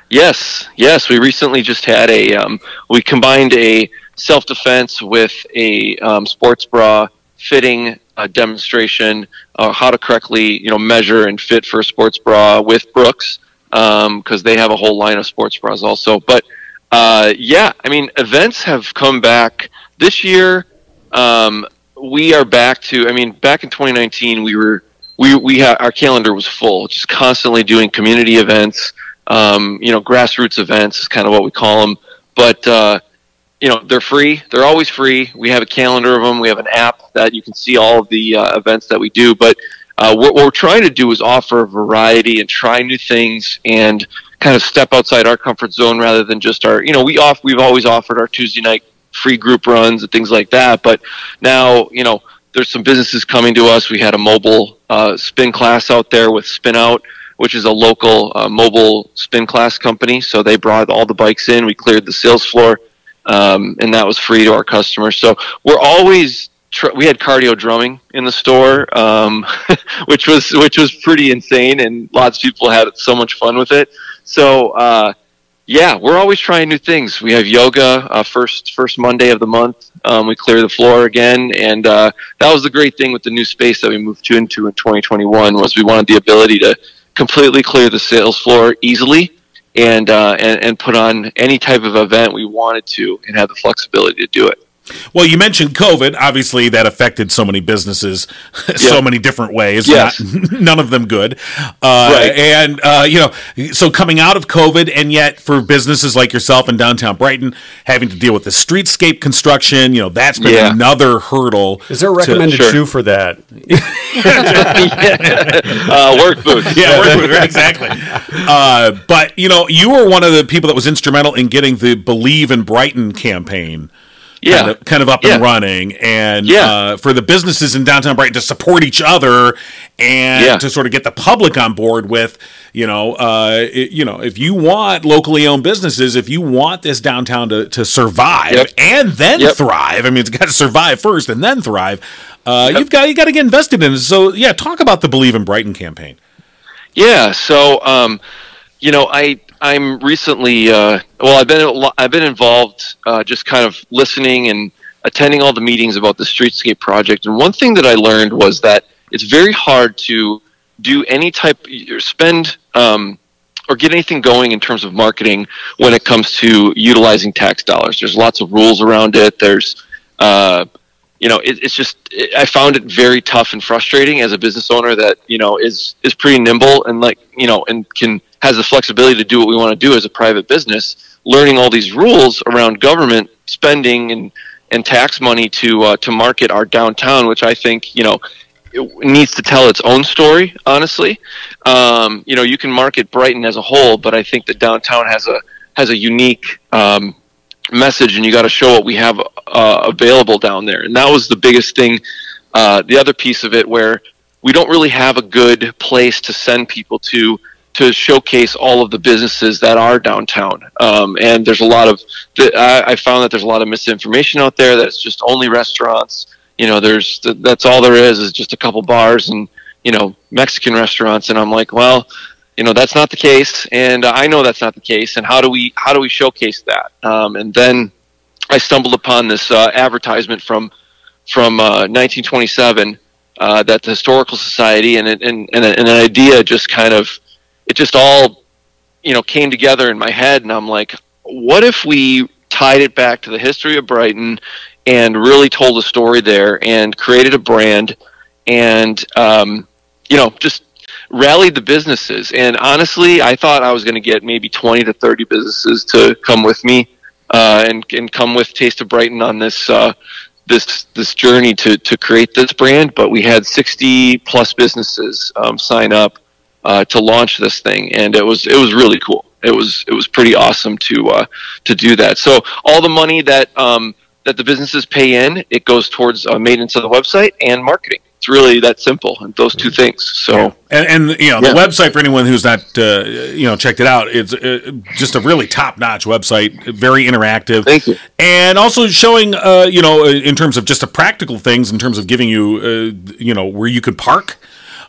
Speaker 4: Yes, yes. We recently just had a um, we combined a self defense with a um, sports bra fitting uh, demonstration, uh, how to correctly you know measure and fit for a sports bra with Brooks because they have a whole line of sports bras also. But uh, yeah, I mean events have come back this year. Um, we are back to I mean back in 2019 we were we we ha- our calendar was full, just constantly doing community events um, you know, grassroots events is kind of what we call them. But uh, you know, they're free. They're always free. We have a calendar of them. We have an app that you can see all of the uh, events that we do. But uh, what we're trying to do is offer a variety and try new things and kind of step outside our comfort zone rather than just our. You know, we off. We've always offered our Tuesday night free group runs and things like that. But now, you know, there's some businesses coming to us. We had a mobile uh, spin class out there with Spin Out, which is a local uh, mobile spin class company. So they brought all the bikes in. We cleared the sales floor, um, and that was free to our customers. So we're always tr- we had cardio drumming in the store, um, <laughs> which was which was pretty insane, and lots of people had so much fun with it. So. Uh, yeah, we're always trying new things. We have yoga uh, first first Monday of the month. Um, we clear the floor again, and uh, that was the great thing with the new space that we moved to into in 2021 was we wanted the ability to completely clear the sales floor easily and uh, and, and put on any type of event we wanted to and have the flexibility to do it. <laughs>
Speaker 1: Well, you mentioned COVID. Obviously, that affected so many businesses, <laughs> so
Speaker 4: Yeah.
Speaker 1: many different ways.
Speaker 4: Yes.
Speaker 1: Not- <laughs> none of them good. Uh,
Speaker 4: Right.
Speaker 1: And uh, you know, so coming out of COVID, and yet for businesses like yourself in downtown Brighton, having to deal with the streetscape construction, you know, that's been
Speaker 4: Yeah.
Speaker 1: another hurdle.
Speaker 3: Is
Speaker 4: <laughs>
Speaker 3: there a recommended
Speaker 4: Sure.
Speaker 3: shoe for that?
Speaker 4: Uh, work boots.
Speaker 1: <laughs>
Speaker 4: <laughs>
Speaker 1: yeah, work with her, exactly. Uh, but you know, you were one of the people that was instrumental in getting the Believe in Brighton campaign.
Speaker 4: Yeah.
Speaker 1: kind of, kind of up and
Speaker 4: Yeah.
Speaker 1: running, and
Speaker 4: Yeah.
Speaker 1: uh, for the businesses in downtown Brighton to support each other and
Speaker 4: Yeah.
Speaker 1: to sort of get the public on board with, you know, uh, it- you know, if you want locally owned businesses, if you want this downtown to, to survive
Speaker 4: Yep.
Speaker 1: and then
Speaker 4: Yep.
Speaker 1: thrive, I mean, it's got to survive first and then thrive. Uh, You've got you got to get invested in it. So yeah, talk about the Believe in Brighton campaign.
Speaker 4: Yeah. So, um, you know, I I'm recently uh, well, I've been a lo- I've been involved, uh, just kind of listening and attending all the meetings about the streetscape project. And one thing that I learned was that it's very hard to do any type or spend um, or get anything going in terms of marketing when it comes to utilizing tax dollars. There's lots of rules around it. There's uh, you know, it, it's just it, I found it very tough and frustrating as a business owner that you know is is pretty nimble and like you know and can has the flexibility to do what we want to do as a private business. Learning all these rules around government spending and and tax money to uh, to market our downtown, which I think you know it needs to tell its own story. Honestly, um, you know, you can market Brighton as a whole, but I think that downtown has a has a unique um, message and you got to show what we have uh, available down there. And that was the biggest thing. Uh, the other piece of it where we don't really have a good place to send people to to showcase all of the businesses that are downtown. Um, and there's a lot of the, I, I found that there's a lot of misinformation out there that it's just only restaurants. You know, there's that's all there is is just a couple bars and you know Mexican restaurants. And I'm like, well, you know that's not the case and uh, i know that's not the case and how do we how do we showcase that um, and then i stumbled upon this uh, advertisement from from uh, 1927 uh, that the historical society and, it- and and and an idea just kind of it just all you know came together in my head and i'm like what if we tied it back to the history of brighton and really told a story there and created a brand and um, you know just rallied the businesses. And honestly, I thought I was going to get maybe 20 to 30 businesses to come with me uh, and, and come with Taste of Brighton on this, uh, this, this journey to, to create this brand. But we had 60 plus businesses um, sign up uh, to launch this thing. And it was, it was really cool. It was, it was pretty awesome to, uh, to do that. So all the money that, um, that the businesses pay in, it goes towards uh, maintenance of the website and marketing. It's really that simple, and those two things. So,
Speaker 1: And, and you know
Speaker 4: Yeah.
Speaker 1: the website for anyone who's not uh, you know checked it out. It's uh, just a really top notch website, very interactive.
Speaker 4: Thank you.
Speaker 1: And also showing uh, you know in terms of just the practical things, in terms of giving you uh, you know where you could park.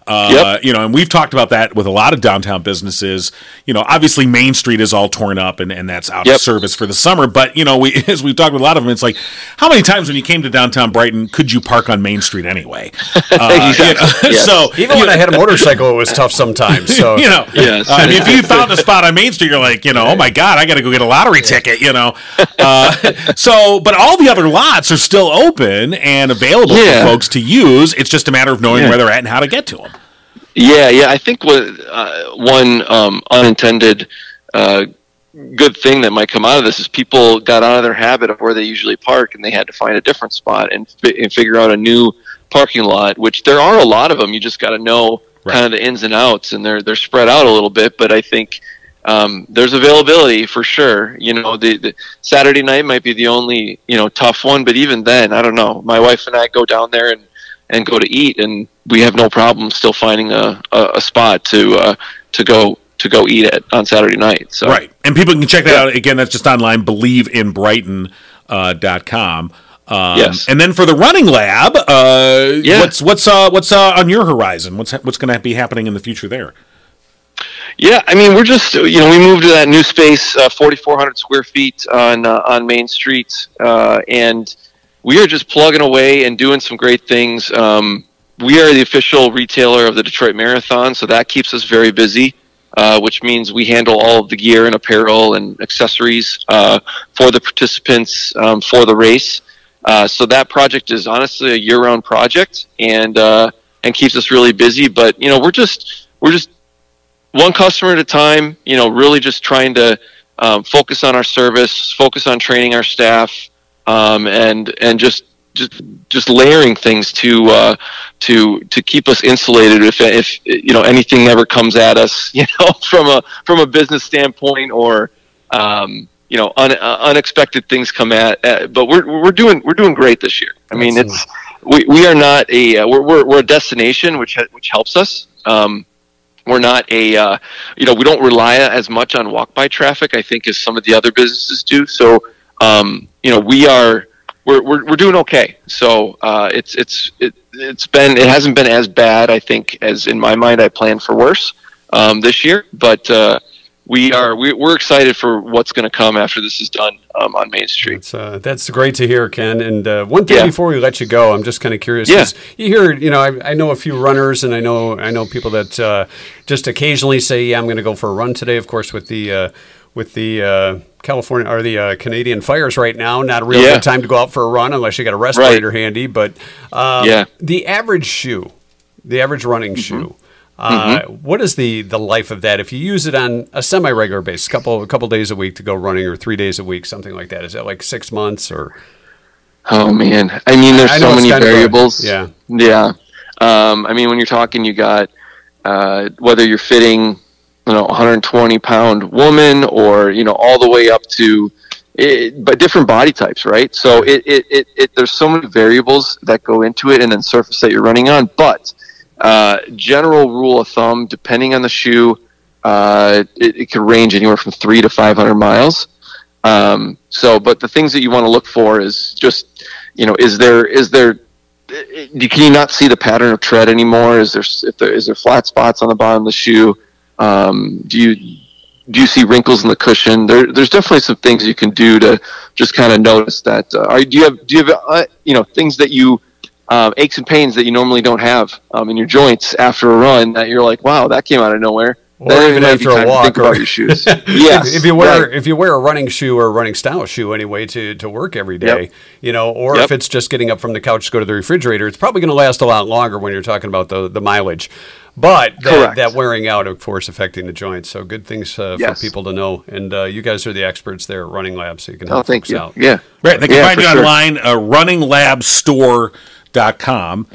Speaker 1: Uh,
Speaker 4: Yep.
Speaker 1: You know, and we've talked about that with a lot of downtown businesses. You know, obviously Main Street is all torn up and, and that's out of
Speaker 4: Yep.
Speaker 1: service for the summer. But, you know, we, <laughs> as we've talked with a lot of them, it's like, how many times when you came to downtown Brighton could you park on Main Street
Speaker 4: <laughs>
Speaker 1: anyway? Uh, you know, <laughs>
Speaker 4: Yes.
Speaker 1: So,
Speaker 3: Even when I had a motorcycle, it was tough sometimes.
Speaker 4: <laughs>
Speaker 1: <laughs>
Speaker 3: So
Speaker 1: you know,
Speaker 4: Yes.
Speaker 1: I mean, if you found
Speaker 4: <laughs>
Speaker 1: a spot on Main Street, you're like, you know, oh my God, I got to go get a lottery ticket, you know. Uh, <laughs> so, but all the other lots are still open and available
Speaker 4: Yeah.
Speaker 1: for folks to use. It's just a matter of knowing
Speaker 4: Yeah.
Speaker 1: where they're at and how to get to them.
Speaker 4: Yeah, yeah. I think what, uh, one um, unintended uh, good thing that might come out of this is people got out of their habit of where they usually park and they had to find a different spot and, fi- and figure out a new parking lot, which there are a lot of them. You just got to know
Speaker 1: Right.
Speaker 4: kind of the ins and outs, and they're they're spread out a little bit. But I think um, there's availability for sure. You know, the, the Saturday night might be the only you know tough one, but even then, I don't know. My wife and I go down there and and go to eat, and we have no problem still finding a, a, a spot to uh, to go to go eat at on Saturday night. So
Speaker 1: Right. And people can check that out. Again, that's just online, believeinbrighton.com. Uh, dot com. um,
Speaker 4: Yes.
Speaker 1: And then for the running lab, uh,
Speaker 4: Yeah.
Speaker 1: what's what's uh, what's uh, on your horizon? What's ha- what's going to be happening in the future there?
Speaker 4: Yeah, I mean, we're just you know we moved to that new space, uh, 4,400 square feet on uh, on Main Street, uh, and we are just plugging away and doing some great things. Um, we are the official retailer of the Detroit Marathon, so that keeps us very busy, uh, which means we handle all of the gear and apparel and accessories uh, for the participants um, for the race. Uh, so that project is honestly a year-round project and uh, and keeps us really busy. But you know, we're just we're just one customer at a time. You know, really just trying to um, focus on our service, focus on training our staff, um, and and just just just layering things to uh, to to keep us insulated if if you know anything ever comes at us, <laughs> you know, from a from a business standpoint or um, you know un, uh, unexpected things come at. Uh, but we're we're doing we're doing great this year. I mean,
Speaker 3: That's
Speaker 4: it's we, we are not a uh, we're, we're we're a destination which ha- which helps us. Um, we're not a uh, you know we don't rely as much on walk by traffic i think as some of the other businesses do so um, you know we are we're, we're, we're doing okay so uh, it's it's it, it's been it hasn't been as bad i think as in my mind i planned for worse um, this year but uh, we are we, we're excited for what's going to come after this is done um, on main street
Speaker 3: That's, uh, that's great to hear, Ken. And uh, one thing
Speaker 4: Yeah.
Speaker 3: before we let you go, I'm just kind of curious.
Speaker 4: Yeah.
Speaker 3: 'cause You hear, you know, I, I know a few runners, and I know I know people that uh, just occasionally say, "Yeah, I'm going to go for a run today." Of course, with the uh, with the uh, California or the uh, Canadian fires right now, not a real
Speaker 4: Yeah.
Speaker 3: good time to go out for a run unless you got a respirator handy. But um,
Speaker 4: Yeah. Mm-hmm.
Speaker 3: the average shoe, the average running shoe. Uh, what is the the life of that if you use it on a semi regular basis, couple a couple days a week to go running, or three days a week, something like that? Is that like six months or?
Speaker 4: Oh man, I mean, there's
Speaker 3: I know
Speaker 4: so
Speaker 3: it's
Speaker 4: many
Speaker 3: kind of a-
Speaker 4: variables.
Speaker 3: yeah.
Speaker 4: yeah. Um, I mean, when you're talking, you got uh, whether you're fitting, you know, 120 pound woman or you know, all the way up to, it, but different body types, right? So it, it, it, it there's so many variables that go into it, and then surface that you're running on. But uh, general rule of thumb, depending on the shoe, uh, it, it could range anywhere from three to 500 miles. Um, so, but the things that you want to look for is just, you know, is there is there you- can you not see the pattern of tread anymore? Is there if there is there flat spots on the bottom of the shoe? Um, do you do you see wrinkles in the cushion? There, there's definitely some things you can do to just kind of notice that. Uh, are, do you have do you have uh, you know things that you um, aches and pains that you normally don't have um, in your joints after a run that you're like, wow, that came out of nowhere.
Speaker 3: Or
Speaker 4: Then it
Speaker 3: even
Speaker 4: might
Speaker 3: after
Speaker 4: be
Speaker 3: a
Speaker 4: time to
Speaker 3: walk
Speaker 4: think
Speaker 3: or-
Speaker 4: about your shoes. yes,
Speaker 3: <laughs> if, if you wear
Speaker 4: right.
Speaker 3: if you wear a running shoe or a running style shoe anyway to, to work every day,
Speaker 4: Yep.
Speaker 3: you know, or if
Speaker 4: Yep.
Speaker 3: it's just getting up from the couch to go to the refrigerator, it's probably going to last a lot longer when you're talking about the, the mileage. But that,
Speaker 4: Correct.
Speaker 3: that wearing out, of course, affecting the joints. So good things uh,
Speaker 4: Yes.
Speaker 3: for people to know. And uh, you guys are the experts there at Running Lab, so you can
Speaker 4: oh,
Speaker 3: help
Speaker 4: thank
Speaker 3: folks
Speaker 4: you.
Speaker 3: out.
Speaker 4: Yeah,
Speaker 1: Right. They can
Speaker 4: Yeah,
Speaker 1: find
Speaker 4: for
Speaker 1: you
Speaker 4: sure.
Speaker 1: online, uh, runninglabstore.com.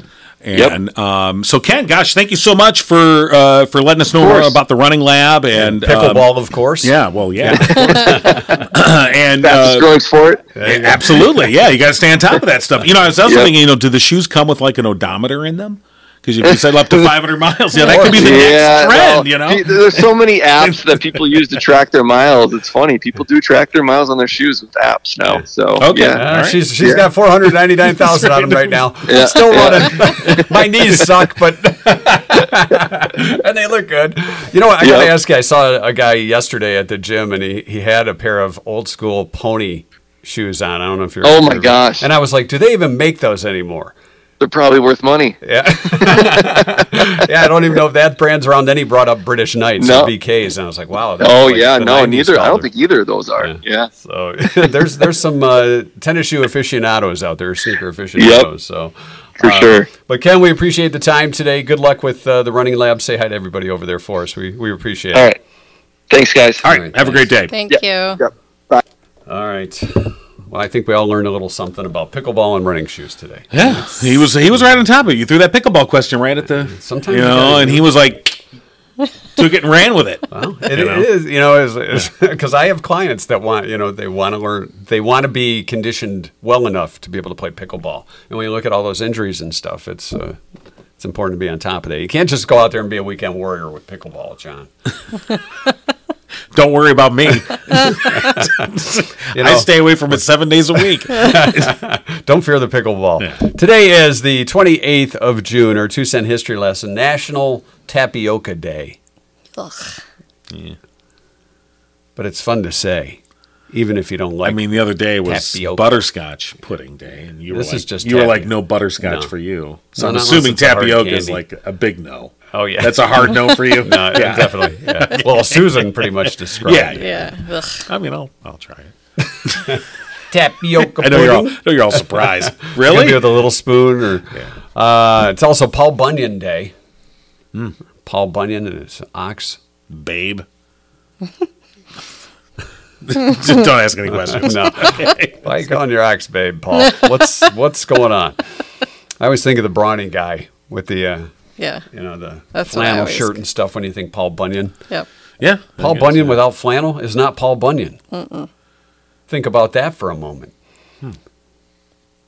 Speaker 1: And um, so, Ken, gosh, thank you so much for uh, for letting us know more
Speaker 4: course.
Speaker 1: about the running lab and um,
Speaker 3: Pickleball, of course.
Speaker 1: yeah, well, yeah, <laughs> and
Speaker 4: fastest
Speaker 1: uh,
Speaker 4: growing sport.
Speaker 1: absolutely, yeah, you got to stay on top of that stuff. You know, I was also
Speaker 4: Yep.
Speaker 1: thinking, you know, do the shoes come with like an odometer in them? Because if you said up
Speaker 4: <laughs>
Speaker 1: to 500 miles, yeah, that could be the next trend.
Speaker 4: well,
Speaker 1: you know,
Speaker 4: gee, There's
Speaker 1: <laughs>
Speaker 4: so many apps that people use to track their miles. It's funny. People do track their miles on their shoes with apps now. So
Speaker 1: Okay.
Speaker 4: yeah.
Speaker 3: Uh,
Speaker 1: All right.
Speaker 3: She's she's got four hundred ninety nine thousand on them right now.
Speaker 4: <laughs> Yeah.
Speaker 3: Still running. My knees suck, but <laughs> and they look good. You know what? I gotta
Speaker 4: Yeah.
Speaker 3: ask you. I saw a guy yesterday at the gym, and he he had a pair of old school pony shoes on. I don't know if you're.
Speaker 4: Oh, my
Speaker 3: aware of it.
Speaker 4: gosh.
Speaker 3: And I was like, do they even make those anymore?
Speaker 4: They're probably worth money.
Speaker 3: Yeah. yeah, I don't even know if that brand's around. Then he brought up British Knights
Speaker 4: No.
Speaker 3: and BKs, and I was like, wow. that's
Speaker 4: Oh
Speaker 3: like
Speaker 4: yeah,
Speaker 3: the
Speaker 4: no,
Speaker 3: 90s
Speaker 4: neither. I
Speaker 3: style.
Speaker 4: don't think either of those are. Yeah.
Speaker 3: So <laughs> there's there's some uh, tennis shoe aficionados out there, sneaker aficionados. So
Speaker 4: For
Speaker 3: uh,
Speaker 4: sure.
Speaker 3: But Ken, we appreciate the time today. Good luck with uh, the running lab. Say hi to everybody over there for us. We we appreciate
Speaker 4: All
Speaker 3: it.
Speaker 4: right. Thanks, guys.
Speaker 1: all right, have a great day.
Speaker 2: Thank you.
Speaker 4: Yep.
Speaker 3: All right. Well, I think we all learned a little something about pickleball and running
Speaker 1: <laughs>
Speaker 3: shoes today.
Speaker 1: Yeah, he was he was right on top of it. You threw that pickleball question right at the
Speaker 3: Sometimes
Speaker 1: you
Speaker 3: you
Speaker 1: know,
Speaker 3: gotta
Speaker 1: and
Speaker 3: do
Speaker 1: he was like, took it and ran with it.
Speaker 3: Well, it,
Speaker 1: You
Speaker 3: it
Speaker 1: know?
Speaker 3: is, you know, <laughs> because I have clients that want, you know, they want to learn, they want to be conditioned well enough to be able to play pickleball. And when you look at all those injuries and stuff, it's uh, it's important to be on top of that. You can't just go out there and be a weekend warrior with pickleball, John.
Speaker 1: Don't worry about me.
Speaker 3: <laughs> You
Speaker 1: I
Speaker 3: know-
Speaker 1: stay away from it seven days a week.
Speaker 3: Don't fear the pickleball. Today is the 28th of June, our two cent history lesson, National Tapioca Day.
Speaker 2: Ugh.
Speaker 3: But it's fun to say, even if you don't like
Speaker 1: I mean, the other day was
Speaker 3: Tapioca.
Speaker 1: butterscotch pudding day, and you
Speaker 3: This
Speaker 1: were like,
Speaker 3: is just
Speaker 1: you were like
Speaker 3: tapioca.
Speaker 1: no butterscotch
Speaker 3: No.
Speaker 1: for you.
Speaker 3: No,
Speaker 1: So I'm
Speaker 3: not unless
Speaker 1: assuming
Speaker 3: it's a hard
Speaker 1: tapioca is like
Speaker 3: candy.
Speaker 1: a big no.
Speaker 3: Oh, yeah.
Speaker 1: that's a hard no for you.
Speaker 3: <laughs> No, yeah, definitely. Yeah. Well, Susan pretty much described
Speaker 1: uh, <laughs> Yeah.
Speaker 3: it.
Speaker 2: Yeah. Ugh.
Speaker 1: I mean, I'll I'll try it.
Speaker 3: Tapioca
Speaker 1: I know you're all
Speaker 3: pudding.
Speaker 1: I know you're all
Speaker 3: <laughs>
Speaker 1: surprised.
Speaker 3: Could be
Speaker 1: really?
Speaker 3: with a little spoon or. Uh, it's also Paul Bunyan Day.
Speaker 1: Hmm.
Speaker 3: Paul Bunyan and his
Speaker 1: <laughs>
Speaker 3: ox. <laughs>
Speaker 1: babe. Just don't ask any questions.
Speaker 3: No, why you calling your ox, babe, Paul? What's what's going on? I always think of the brawny guy with the uh,
Speaker 2: Yeah.
Speaker 3: you know the
Speaker 2: That's what I
Speaker 3: flannel
Speaker 2: always-
Speaker 3: shirt and stuff. When you think Paul Bunyan,
Speaker 2: Yep.
Speaker 1: Yeah,
Speaker 3: Paul
Speaker 1: I guess,
Speaker 3: Bunyan
Speaker 1: yeah.
Speaker 3: without flannel is not Paul Bunyan. Think about that for a moment.
Speaker 1: Hmm.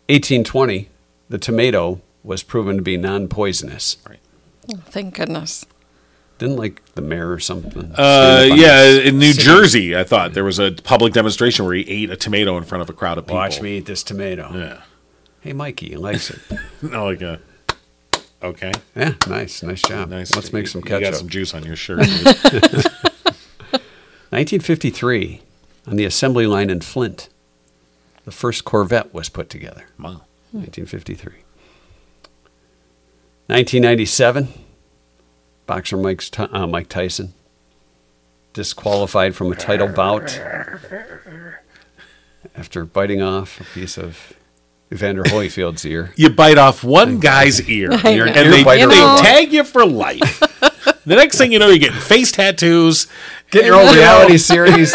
Speaker 3: 1820, the tomato was proven to be non-poisonous.
Speaker 2: Thank goodness.
Speaker 3: Didn't like the mayor or something.
Speaker 1: Uh,
Speaker 3: stand up on
Speaker 1: yeah,
Speaker 3: his-
Speaker 1: in New Jersey, I thought there was a public demonstration where he ate a tomato in front of a crowd of people.
Speaker 3: Watch me eat this tomato.
Speaker 1: Yeah.
Speaker 3: Hey, Mikey, he likes it.
Speaker 1: No, like a. Okay.
Speaker 3: yeah, nice, nice job.
Speaker 1: Nice.
Speaker 3: Let's make
Speaker 1: You-
Speaker 3: some
Speaker 1: You got
Speaker 3: ketchup.
Speaker 1: some juice on your shirt.
Speaker 3: 1953, on the assembly line in Flint, the first Corvette was put together.
Speaker 1: wow.
Speaker 3: 1953. 1997, boxer Mike's, Ty- uh, Mike Tyson disqualified from a title bout after biting off a piece of Evander Holyfield's ear.
Speaker 1: You bite off one guy's ear,
Speaker 2: know.
Speaker 1: and they,
Speaker 3: Ear biter
Speaker 1: and they
Speaker 2: You know-
Speaker 1: tag you for
Speaker 3: <laughs>
Speaker 1: life. the next thing you know, you're getting face tattoos.
Speaker 3: Get <laughs> your own reality series.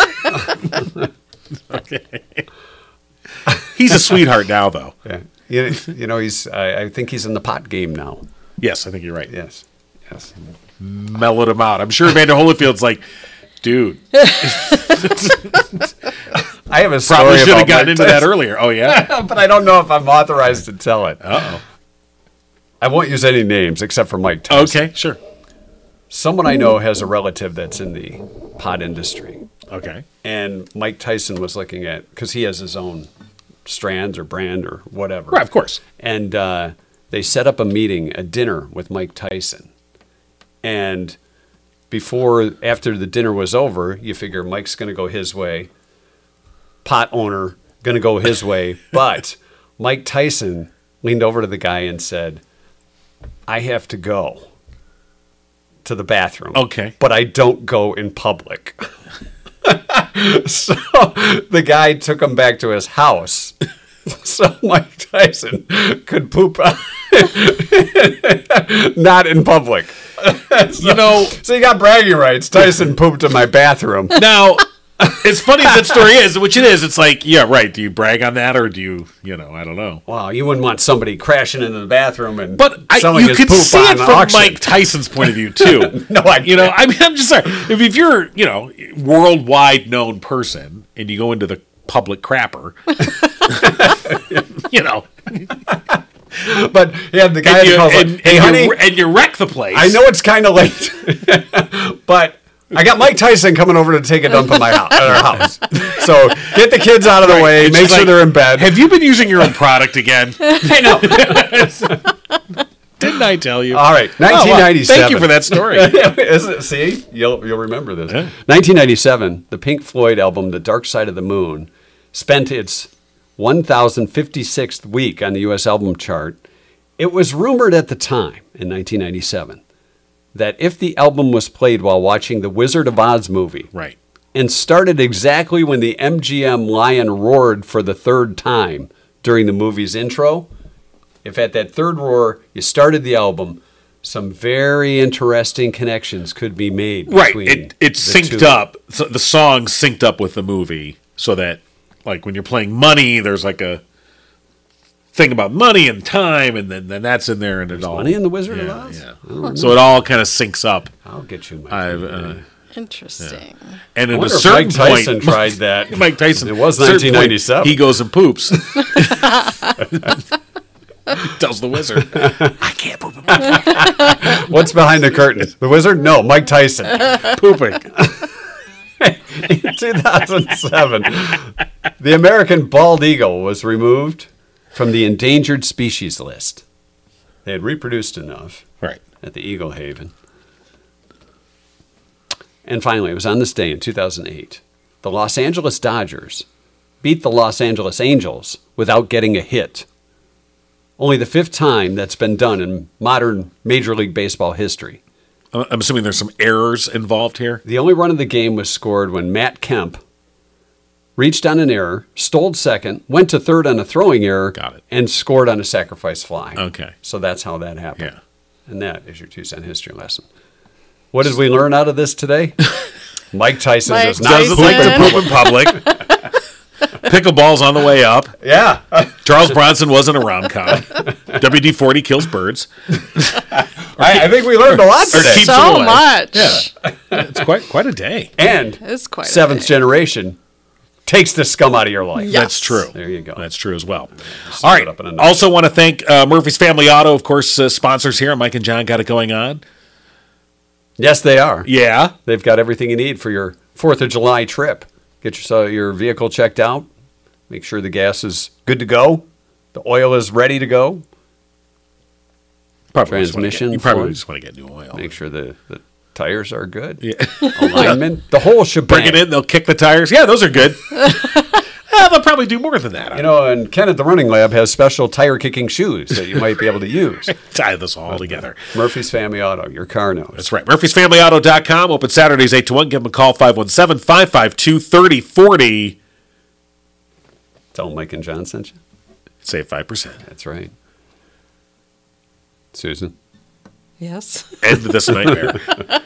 Speaker 1: He's a sweetheart now, though.
Speaker 3: Yeah. You, you know, he's. I, I think he's in the pot game now.
Speaker 1: Yes, I think you're right.
Speaker 3: Yes. Yes.
Speaker 1: Mellowed him out. I'm sure Evander Holyfield's like, dude,
Speaker 3: I have a story
Speaker 1: probably should have
Speaker 3: about
Speaker 1: gotten
Speaker 3: Mike
Speaker 1: into that earlier. Oh yeah.
Speaker 3: <laughs> Tyson, but I don't know if I'm authorized to tell it.
Speaker 1: Uh
Speaker 3: I won't use any names except for Mike
Speaker 1: oh.
Speaker 3: Tyson.
Speaker 1: Okay. Sure.
Speaker 3: Someone I know has a relative that's in the pot industry,
Speaker 1: Okay.
Speaker 3: and Mike Tyson was looking at because he has his own strands or brand or whatever.
Speaker 1: Right. Of course.
Speaker 3: and uh, they set up a meeting, a dinner with Mike Tyson. And before, after the dinner was over, you figure Mike's going to go his way, pot owner going to go his way. <laughs> But Mike Tyson leaned over to the guy and said, I have to go to the bathroom.
Speaker 1: Okay.
Speaker 3: But I don't go in public. <laughs> so the guy took him back to his house <laughs> so Mike Tyson could poop <laughs> not in public.
Speaker 1: You know,
Speaker 3: So you got bragging
Speaker 1: <laughs>
Speaker 3: rights. Tyson pooped in my bathroom.
Speaker 1: Now, it's funny that story is, which it is. It's like, yeah, right. Do you brag on that, or do you, you know, I don't know.
Speaker 3: Wow, you wouldn't want somebody crashing into the bathroom and
Speaker 1: But I,
Speaker 3: selling
Speaker 1: you
Speaker 3: his
Speaker 1: could
Speaker 3: poop
Speaker 1: see
Speaker 3: on
Speaker 1: it from
Speaker 3: auction.
Speaker 1: Mike Tyson's point of view too.
Speaker 3: No, I
Speaker 1: you know, I mean, I'm just sorry. If, if you're, you know, worldwide known person, and you go into the public crapper, <laughs> you know,
Speaker 3: <laughs> But yeah, the guy
Speaker 1: and you,
Speaker 3: that calls
Speaker 1: and,
Speaker 3: like, "Hey,
Speaker 1: and
Speaker 3: honey,
Speaker 1: you, and you wreck the place.
Speaker 3: I know it's kind of late, <laughs> but." I got Mike Tyson coming over to take a dump in my
Speaker 1: <laughs>
Speaker 3: house. At our house. So get the kids out of the way.
Speaker 1: It's
Speaker 3: Make
Speaker 1: just
Speaker 3: sure
Speaker 1: like,
Speaker 3: they're in bed.
Speaker 1: Have you been using your own product again?
Speaker 3: I know.
Speaker 1: <laughs> Didn't I tell you?
Speaker 3: All right,
Speaker 1: Oh, wow.
Speaker 3: 1997.
Speaker 1: Thank you for that story.
Speaker 3: <laughs> Is it- see, you'll you'll remember this. 1997, the Pink Floyd album "The Dark Side of the Moon" spent its 1,056th week on the U.S. album chart. It was rumored at the time in 1997 that if the album was played while watching the Wizard of Oz movie,
Speaker 1: right.
Speaker 3: and started exactly when the MGM lion roared for the third time during the movie's intro. If at that third roar you started the album, some very interesting connections could be made.
Speaker 1: right
Speaker 3: between
Speaker 1: it it
Speaker 3: the
Speaker 1: synced
Speaker 3: two.
Speaker 1: up so the song synced up with the movie so that like when you're playing money there's like a thing about money and time, and then, then that's in there, and it all
Speaker 3: Money in the Wizard of
Speaker 1: yeah,
Speaker 3: Oz?
Speaker 1: yeah. So it all kind of syncs up.
Speaker 3: I'll get you my.
Speaker 1: i
Speaker 3: I
Speaker 1: uh,
Speaker 2: Interesting.
Speaker 1: and at a
Speaker 3: wonder if
Speaker 1: certain
Speaker 3: Mike Tyson
Speaker 1: point,
Speaker 3: tried
Speaker 1: <laughs>
Speaker 3: that.
Speaker 1: Mike Tyson.
Speaker 3: It was
Speaker 1: at a certain point,
Speaker 3: 1997.
Speaker 1: he goes and
Speaker 3: <laughs>
Speaker 1: poops. <laughs> Tells the wizard, "I can't poop. I'm
Speaker 3: <laughs> What's behind the curtain? The Wizard? No, Mike Tyson. <laughs>
Speaker 1: pooping."
Speaker 3: 2007. The American bald eagle was removed from the endangered species list. They had reproduced enough
Speaker 1: Right.
Speaker 3: at the Eagle Haven. And finally, it was on this day in 2008. The Los Angeles Dodgers beat the Los Angeles Angels without getting a hit. Only the fifth time that's been done in modern Major League Baseball history.
Speaker 1: I'm I'm assuming there's some errors involved here.
Speaker 3: The only run of the game was scored when Matt Kemp reached on an error, stole second, went to third on a throwing error,
Speaker 1: Got it.
Speaker 3: and scored on a sacrifice fly.
Speaker 1: Okay.
Speaker 3: So that's how that happened.
Speaker 1: Yeah.
Speaker 3: And that is your two cent history lesson. What did we learn out of this today? Mike Tyson
Speaker 2: Mike
Speaker 3: does not
Speaker 1: Doesn't like to
Speaker 2: Tyson.
Speaker 1: poop in public. <laughs> Pickleball's on the way up.
Speaker 3: Yeah.
Speaker 1: Charles Bronson wasn't around con. WD 40 kills birds.
Speaker 3: I, I think we learned a lot
Speaker 1: or
Speaker 3: today.
Speaker 1: keep- keeps it
Speaker 2: so
Speaker 1: away.
Speaker 2: much.
Speaker 1: It's quite quite a day.
Speaker 3: And
Speaker 2: It's quite a
Speaker 3: seventh generation takes the scum out of your life.
Speaker 2: Yeah.
Speaker 1: That's true.
Speaker 3: There you go.
Speaker 1: That's true as well. All right.
Speaker 3: it up in a nutshell.
Speaker 1: Also, want to thank uh, Murphy's Family Auto, of course, uh, sponsors here. Mike and John got it going on.
Speaker 3: Yes, they are.
Speaker 1: Yeah.
Speaker 3: They've got everything you need for your Fourth of July trip. Get your so your vehicle checked out. Make sure the gas is good to go. The oil is ready to go.
Speaker 1: Probably just wanna get-
Speaker 3: Transmission
Speaker 1: You probably
Speaker 3: fluid.
Speaker 1: just want to get new oil.
Speaker 3: Make sure the, the tires are good.
Speaker 1: Oh, <laughs>
Speaker 3: <laughs>
Speaker 1: Yeah.
Speaker 3: Alignment. The whole shebang.
Speaker 1: Bring it in. They'll kick the tires. Yeah, those are
Speaker 3: <laughs>
Speaker 1: good. <laughs> Yeah, they'll probably do more than that.
Speaker 3: You know, and Ken at the Running Lab has special tire kicking shoes that you might be able to use.
Speaker 1: tie this all together.
Speaker 3: Murphy's Family Auto, your car knows.
Speaker 1: That's right. Murphy'sFamilyAuto.com. Open Saturdays 8 to 1. Give them a call 517 552 3040.
Speaker 3: Tell 'em Mike and John sent you.
Speaker 1: Save 5%.
Speaker 3: That's right. Susan.
Speaker 2: Yes.
Speaker 1: End this nightmare.